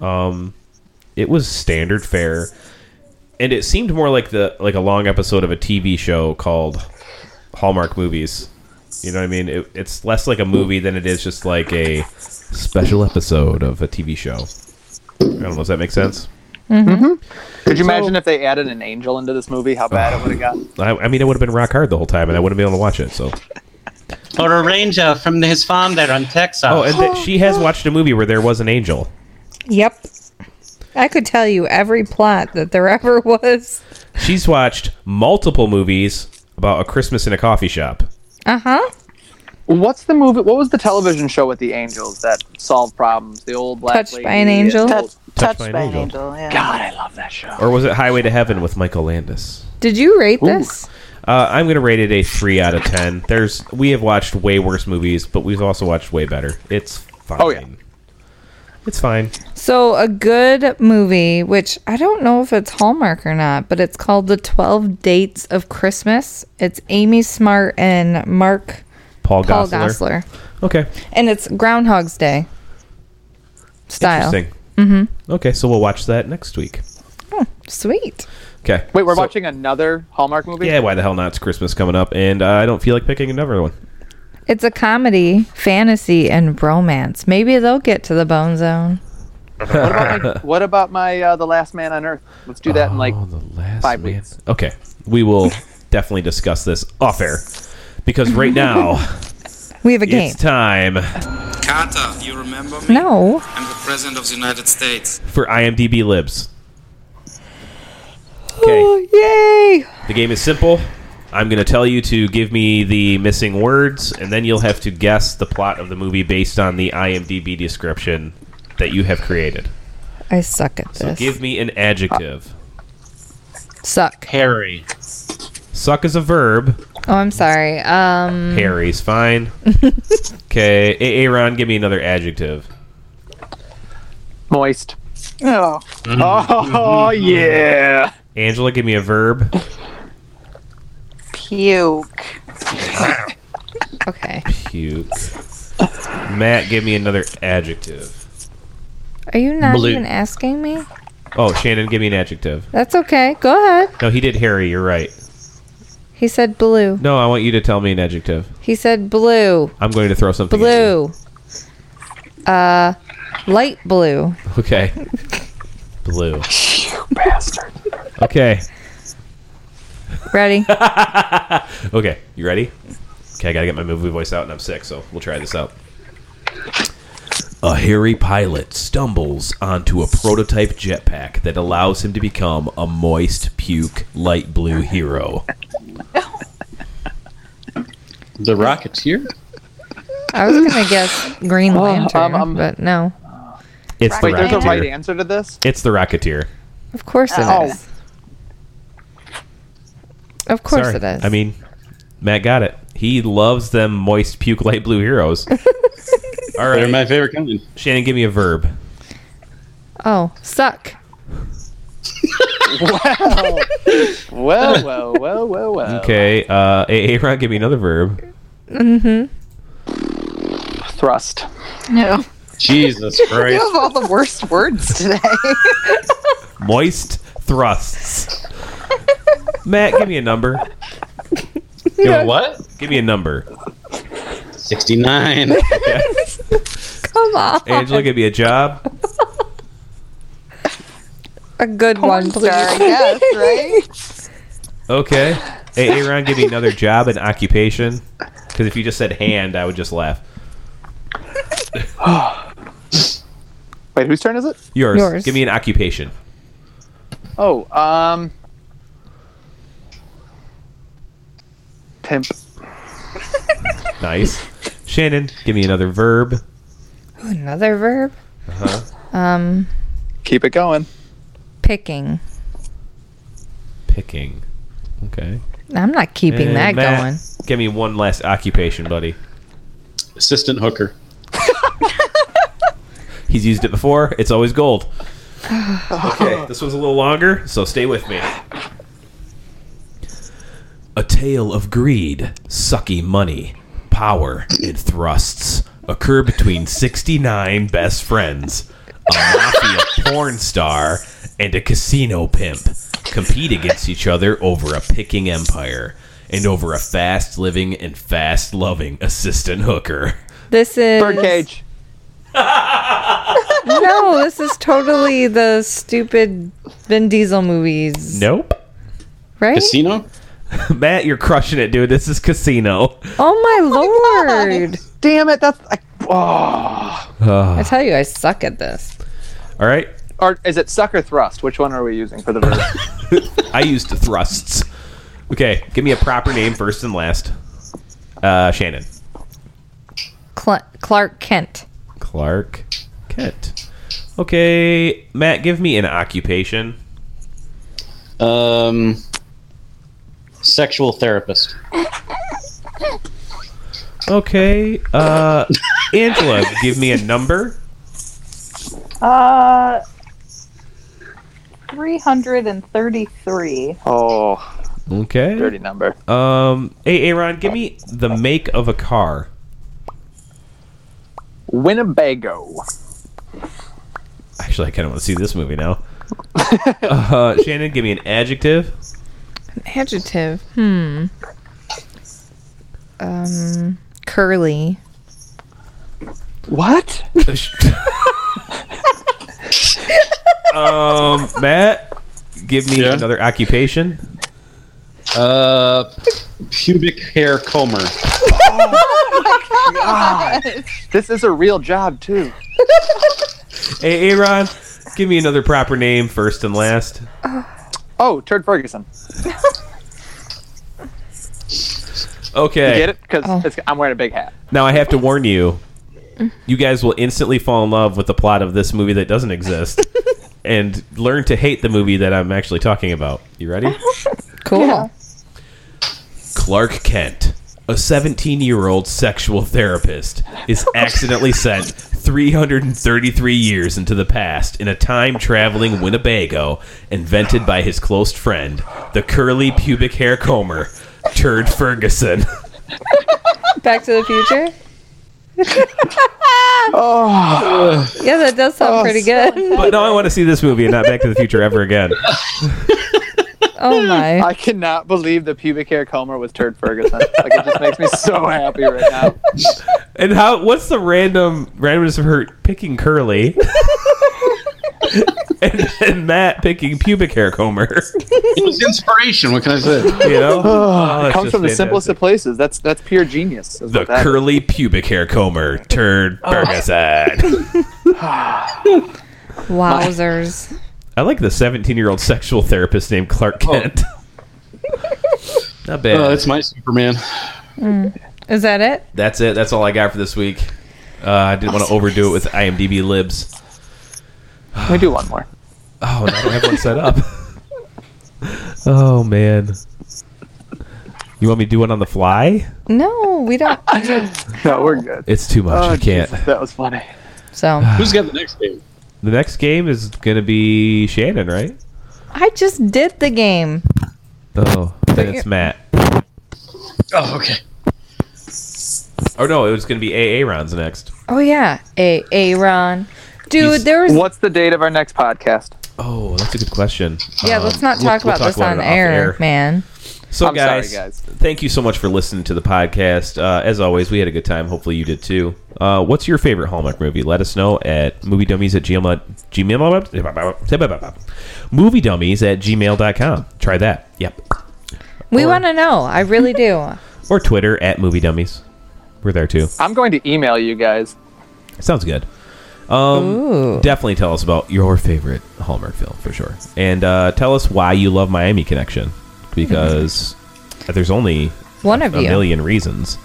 Speaker 2: Um, it was standard fare and it seemed more like the like a long episode of a TV show called Hallmark Movies. You know what I mean? It, it's less like a movie than it is just like a special episode of a TV show. I don't know. Does that make sense?
Speaker 4: Could you imagine if they added an angel into this movie? How bad it would have gotten.
Speaker 2: I, I mean, it would have been rock hard the whole time, and I wouldn't be able to watch it. So,
Speaker 14: Or a ranger from his farm there on Texas.
Speaker 2: oh, and th- she has watched a movie where there was an angel.
Speaker 5: Yep. I could tell you every plot that there ever was.
Speaker 2: She's watched multiple movies about a Christmas in a coffee shop.
Speaker 5: Uh huh.
Speaker 4: What's the movie? What was the television show with the angels that solved problems? The old black
Speaker 5: Touched
Speaker 4: lady
Speaker 5: by an angel.
Speaker 4: and-
Speaker 5: Touched-
Speaker 2: Touched by an by an angel.
Speaker 1: yeah.
Speaker 4: God, I love that show.
Speaker 2: Or was it Highway to Heaven with Michael Landis?
Speaker 5: Did you rate
Speaker 2: Ooh.
Speaker 5: this?
Speaker 2: Uh, I'm gonna rate it a three out of ten. There's we have watched way worse movies, but we've also watched way better. It's fine.
Speaker 5: Oh, yeah.
Speaker 2: it's fine.
Speaker 5: So, a good movie, which I don't know if it's Hallmark or not, but it's called The 12 Dates of Christmas. It's Amy Smart and Mark
Speaker 2: Paul,
Speaker 5: Paul
Speaker 2: Gosselaar.
Speaker 5: Gosselaar.
Speaker 2: Okay,
Speaker 5: And it's Groundhog's Day style.
Speaker 2: interesting.
Speaker 5: Mm
Speaker 2: Okay, so we'll watch that next week.
Speaker 5: hmm. Oh, sweet.
Speaker 2: Okay.
Speaker 4: Wait, we're
Speaker 2: So-
Speaker 4: watching another Hallmark movie.
Speaker 2: Yeah, why the hell not? It's Christmas coming up, and uh, I don't feel like picking another one.
Speaker 5: It's a comedy, fantasy, and romance. Maybe they'll get to the bone zone.
Speaker 4: What about my, what about my uh, the Last Man on Earth? Let's do that in like
Speaker 2: Oh,
Speaker 4: five weeks.
Speaker 2: Okay, we will definitely discuss this off air because right now
Speaker 5: we have a game.
Speaker 2: It's time
Speaker 13: Carter, you remember me?
Speaker 5: No.
Speaker 13: I'm the President of the United States.
Speaker 2: for IMDb libs.
Speaker 5: Oh, yay!
Speaker 2: The game is simple. I'm going to tell you to give me the missing words, and then you'll have to guess the plot of the movie based on the IMDb description that you have created.
Speaker 5: I suck at
Speaker 2: So
Speaker 5: this.
Speaker 2: give me an adjective.
Speaker 5: Suck.
Speaker 2: Harry. Suck is a verb.
Speaker 5: Oh, I'm sorry. Um,
Speaker 2: Harry's fine. Okay, A- Aaron, give me another adjective.
Speaker 4: Moist.
Speaker 1: Oh.
Speaker 4: Oh yeah.
Speaker 2: Angela, give me a verb.
Speaker 1: Puke.
Speaker 5: okay.
Speaker 2: Puke. Matt, give me another adjective.
Speaker 5: Are you not
Speaker 2: Blue.
Speaker 5: even asking me?
Speaker 2: Oh, Shannon, give me an adjective.
Speaker 5: That's okay. Go ahead.
Speaker 2: No, he did Harry. You're right.
Speaker 5: He said blue.
Speaker 2: No, I want you to tell me an adjective.
Speaker 5: He said blue.
Speaker 2: I'm going to throw something. at you.
Speaker 5: Blue. Uh, light blue.
Speaker 2: Okay. Blue. bastard. Okay.
Speaker 5: Ready?
Speaker 2: Okay. You ready? Okay, I gotta get my movie voice out, and I'm sick, so we'll try this out. A hairy pilot stumbles onto a prototype jetpack that allows him to become a moist puke light blue hero.
Speaker 7: The Rocketeer?
Speaker 5: I was gonna guess Green Lantern,
Speaker 4: um,
Speaker 5: but no.
Speaker 2: It's the
Speaker 4: Wait, there's a
Speaker 2: Rocketeer.
Speaker 4: right answer to this.
Speaker 2: It's the Rocketeer.
Speaker 5: Of course it is.
Speaker 4: Oh.
Speaker 5: Of course
Speaker 2: Sorry.
Speaker 5: it is.
Speaker 2: I mean, Matt got it. He loves them moist puke light blue heroes. All right. They're my
Speaker 7: favorite kind.
Speaker 2: Shannon, give me a verb.
Speaker 5: oh, suck.
Speaker 4: wow. Well, well, well, well, well.
Speaker 2: Okay. Uh, A- Aaron, give me another verb.
Speaker 5: Mm-hmm.
Speaker 4: Thrust.
Speaker 1: No.
Speaker 7: Jesus
Speaker 1: You have all the worst words today.
Speaker 2: Moist thrusts. Matt, give me a number.
Speaker 7: Give a what?
Speaker 2: Give me a number.
Speaker 7: 69.
Speaker 5: Come on.
Speaker 2: Angela, give me a job.
Speaker 5: a good one, please.
Speaker 1: yes, right?
Speaker 2: Okay. Hey, Aaron, give me another job and occupation. Because if you just said hand, I would just laugh.
Speaker 4: Wait, whose turn is it?
Speaker 2: Yours.
Speaker 4: Yours.
Speaker 2: Give me an occupation.
Speaker 4: Oh, um, Pimp.
Speaker 2: Nice. Shannon, give me another verb.
Speaker 5: Ooh, another verb.
Speaker 2: Uh-huh.
Speaker 5: Um,
Speaker 4: keep it going.
Speaker 5: Picking.
Speaker 2: Picking. Okay.
Speaker 5: I'm not keeping
Speaker 2: And
Speaker 5: that
Speaker 2: Matt,
Speaker 5: going.
Speaker 2: Give me one last occupation, buddy.
Speaker 7: Assistant hooker.
Speaker 2: He's used it before. It's always gold. Okay, this one's a little longer, so stay with me. A tale of greed, sucky money, power, and thrusts occur between 69 best friends, a mafia porn star, and a casino pimp compete against each other over a picking empire and over a fast living and fast loving assistant hooker.
Speaker 5: This is
Speaker 4: Birdcage.
Speaker 5: no, this is totally the stupid Vin Diesel movies,
Speaker 2: Nope.
Speaker 5: right?
Speaker 7: Casino?
Speaker 2: Matt, you're crushing it, dude. This is Casino.
Speaker 5: Oh my lord!
Speaker 4: Damn it! That's I, oh.
Speaker 5: I tell you, I suck at this.
Speaker 2: All right.
Speaker 4: Or is it sucker thrust? Which one are we using for the verb?
Speaker 2: I used thrusts. Okay, give me a proper name first and last. Uh, Shannon.
Speaker 5: Cl- Clark Kent.
Speaker 2: Clark Kent. Okay, Matt, give me an occupation.
Speaker 7: Um, sexual therapist.
Speaker 2: Okay, uh, Angela, give me a number.
Speaker 1: Uh, 333.
Speaker 4: Oh.
Speaker 2: Okay.
Speaker 4: Dirty number.
Speaker 2: Um, hey, Aaron, give me the make of a car.
Speaker 4: Winnebago.
Speaker 2: Actually, I kind of want to see this movie now. Uh, Shannon, give me an adjective.
Speaker 5: An adjective. Hmm. Um, curly.
Speaker 4: What?
Speaker 2: um, Matt, give me another occupation.
Speaker 7: Uh, pubic hair comber.
Speaker 4: This is a real job too.
Speaker 2: Hey, Aaron, give me another proper name first and last.
Speaker 4: Oh, Turd Ferguson.
Speaker 2: Okay.
Speaker 4: You get it? Because I'm wearing a big hat.
Speaker 2: Now I have to warn you. You guys will instantly fall in love with the plot of this movie that doesn't exist and learn to hate the movie that I'm actually talking about. You
Speaker 4: Ah.
Speaker 2: ready?
Speaker 5: Cool.
Speaker 2: Clark Kent, a 17 year old sexual therapist, is accidentally sent 333 years into the past in a time traveling Winnebago invented by his close friend, the curly pubic hair comber, Turd Ferguson.
Speaker 5: Back to the Future.
Speaker 2: Oh.
Speaker 5: Yeah, that does sound pretty good.
Speaker 2: But now I want to see this movie and not Back to the Future ever again.
Speaker 5: Oh my!
Speaker 4: I cannot believe the pubic hair comber was Turd Ferguson. like it just makes me so happy right
Speaker 2: Oh,
Speaker 4: now.
Speaker 2: And how? What's the random randomness of her picking curly? and, and Matt picking pubic hair comber.
Speaker 7: It was inspiration. What can I say?
Speaker 2: You know, Oh,
Speaker 4: it
Speaker 2: that's just
Speaker 4: comes from the
Speaker 2: fantastic.
Speaker 4: simplest of places. That's that's pure genius. is
Speaker 2: The
Speaker 4: what that is. Oh.
Speaker 2: curly pubic hair comber turned Ferguson.
Speaker 5: Wowzers!
Speaker 2: I like the 17 year old sexual therapist named Clark
Speaker 4: Oh.
Speaker 2: Kent. Not bad.
Speaker 4: Uh,
Speaker 7: Oh, that's my Superman.
Speaker 5: Mm. Is that it?
Speaker 2: That's it. That's all I got for this week. Uh, I didn't want to overdo it with IMDb libs.
Speaker 4: We do one more.
Speaker 2: Oh, now I don't have one set up. oh man. You want me to do one on the fly?
Speaker 5: No, we don't.
Speaker 4: No, we're good.
Speaker 2: It's too much.
Speaker 4: Oh,
Speaker 2: I can't.
Speaker 4: Jesus, that was funny.
Speaker 5: So
Speaker 7: Who's got the next game?
Speaker 2: The next game is going to be Shannon, right?
Speaker 5: I just did the game.
Speaker 2: Oh, then
Speaker 5: But
Speaker 2: it's
Speaker 5: you-
Speaker 2: Matt.
Speaker 7: Oh, okay.
Speaker 2: Oh no, it was going to be AA rounds next.
Speaker 5: Oh yeah, a Aaron, dude.
Speaker 2: He's-
Speaker 5: there was
Speaker 4: What's the date of our next podcast?
Speaker 2: Oh, that's a good question.
Speaker 5: yeah.
Speaker 2: Um,
Speaker 5: let's not
Speaker 2: we'll-
Speaker 5: talk
Speaker 2: we'll
Speaker 5: about this
Speaker 2: it
Speaker 5: on
Speaker 2: off
Speaker 5: air, man.
Speaker 2: So
Speaker 4: I'm sorry,
Speaker 2: Oh, guys,
Speaker 4: guys.
Speaker 2: thank you so much for listening to the podcast. Uh, as always, we had a good time. Hopefully, you did too. Uh, what's your favorite Hallmark movie? Let us know at moviedummies at gmail. gmail moviedummies at gmail.com. Try that. Yep.
Speaker 5: We want to know. I really do.
Speaker 2: Or Twitter at moviedummies. We're there too.
Speaker 4: I'm going to email you guys.
Speaker 2: Sounds good. Um, definitely tell us about your favorite Hallmark film for sure, and uh, tell us why you love Miami Connection because there's only
Speaker 5: One
Speaker 2: a,
Speaker 5: of
Speaker 2: a
Speaker 5: you.
Speaker 2: million reasons.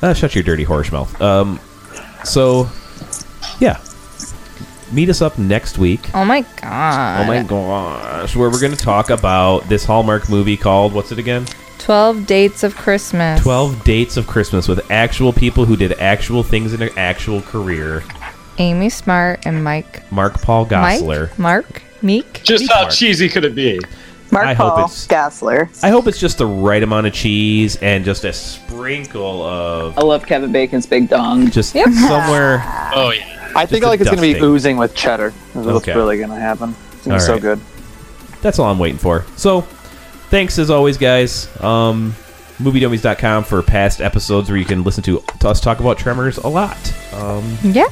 Speaker 2: Uh, shut your dirty horse mouth. Um, so yeah, meet us up next week.
Speaker 5: Oh my god.
Speaker 2: Oh my gosh, where we're going to talk about this Hallmark movie called what's it again?
Speaker 5: 12 dates of Christmas.
Speaker 2: 12 Dates of Christmas with actual people who did actual things in their actual career.
Speaker 5: Amy Smart and Mike.
Speaker 2: Mark Paul
Speaker 5: Mike?
Speaker 2: Gossler.
Speaker 5: Mark? Meek?
Speaker 7: Just how cheesy could it be?
Speaker 1: Mark
Speaker 2: I hope
Speaker 1: Paul
Speaker 2: it's-
Speaker 1: Gossler.
Speaker 2: I hope it's just the right amount of cheese and just a sprinkle of
Speaker 15: I love Kevin Bacon's Big Dong.
Speaker 2: just somewhere.
Speaker 7: Oh yeah.
Speaker 4: I
Speaker 2: Just
Speaker 4: think
Speaker 2: a
Speaker 4: like it's going to be
Speaker 2: dusting.
Speaker 4: oozing with cheddar. That's what's
Speaker 2: Okay.
Speaker 4: really going to happen. It's gonna be
Speaker 2: All
Speaker 4: so
Speaker 2: right.
Speaker 4: good.
Speaker 2: That's all I'm waiting for. So, thanks as always, guys. Um, MovieDummies.com for past episodes where you can listen to, to us talk about Tremors a lot. Um,
Speaker 5: Yeah.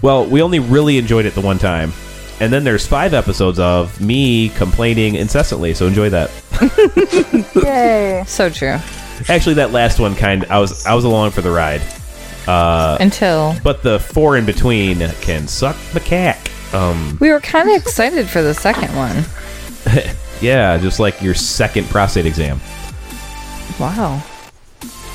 Speaker 2: Well, we only really enjoyed it the one time. And then there's five episodes of me complaining incessantly, so enjoy that.
Speaker 5: Yay. So true.
Speaker 2: Actually, that last one kind I was I was along for the ride. Uh,
Speaker 5: Until-
Speaker 2: But the four in between can suck the cack. Um,
Speaker 5: We were kind of excited for the second one.
Speaker 2: yeah, just like your second prostate exam.
Speaker 5: Wow.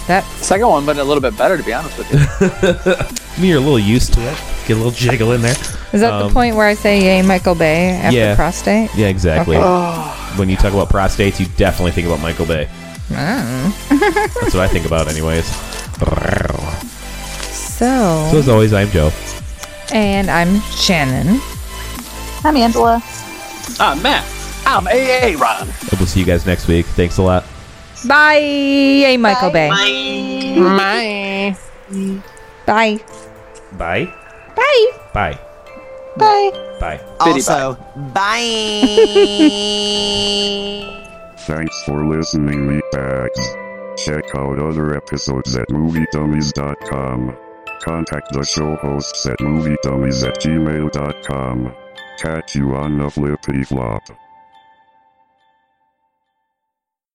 Speaker 5: That
Speaker 4: second one, but a little bit better to be honest with you.
Speaker 2: I mean, you're a little used to it. Get a little jiggle in there.
Speaker 5: Is that
Speaker 2: Um,
Speaker 5: the point where I say, yay, Michael Bay after prostate?
Speaker 2: Yeah, exactly.
Speaker 5: Okay.
Speaker 2: When you talk about prostates, you definitely think about Michael Bay.
Speaker 5: Mm.
Speaker 2: That's what I think about, anyways.
Speaker 5: so,
Speaker 2: So as always, I'm Joe.
Speaker 5: and I'm Shannon.
Speaker 1: I'm Angela.
Speaker 7: I'm Ah, Matt.
Speaker 4: I'm AA Ron.
Speaker 2: And we'll see you guys next week. Thanks a lot.
Speaker 5: Bye, yay, Michael Bay.
Speaker 11: Bye.
Speaker 5: Bye.
Speaker 2: Bye.
Speaker 5: Bye.
Speaker 2: Bye.
Speaker 1: Bye.
Speaker 2: Bye.
Speaker 6: Also, bye.
Speaker 3: Thanks for listening, meatbags. Check out other episodes at moviedummies.com. Contact the show hosts at moviedummies at gmail.com. Catch you on the flippy flop.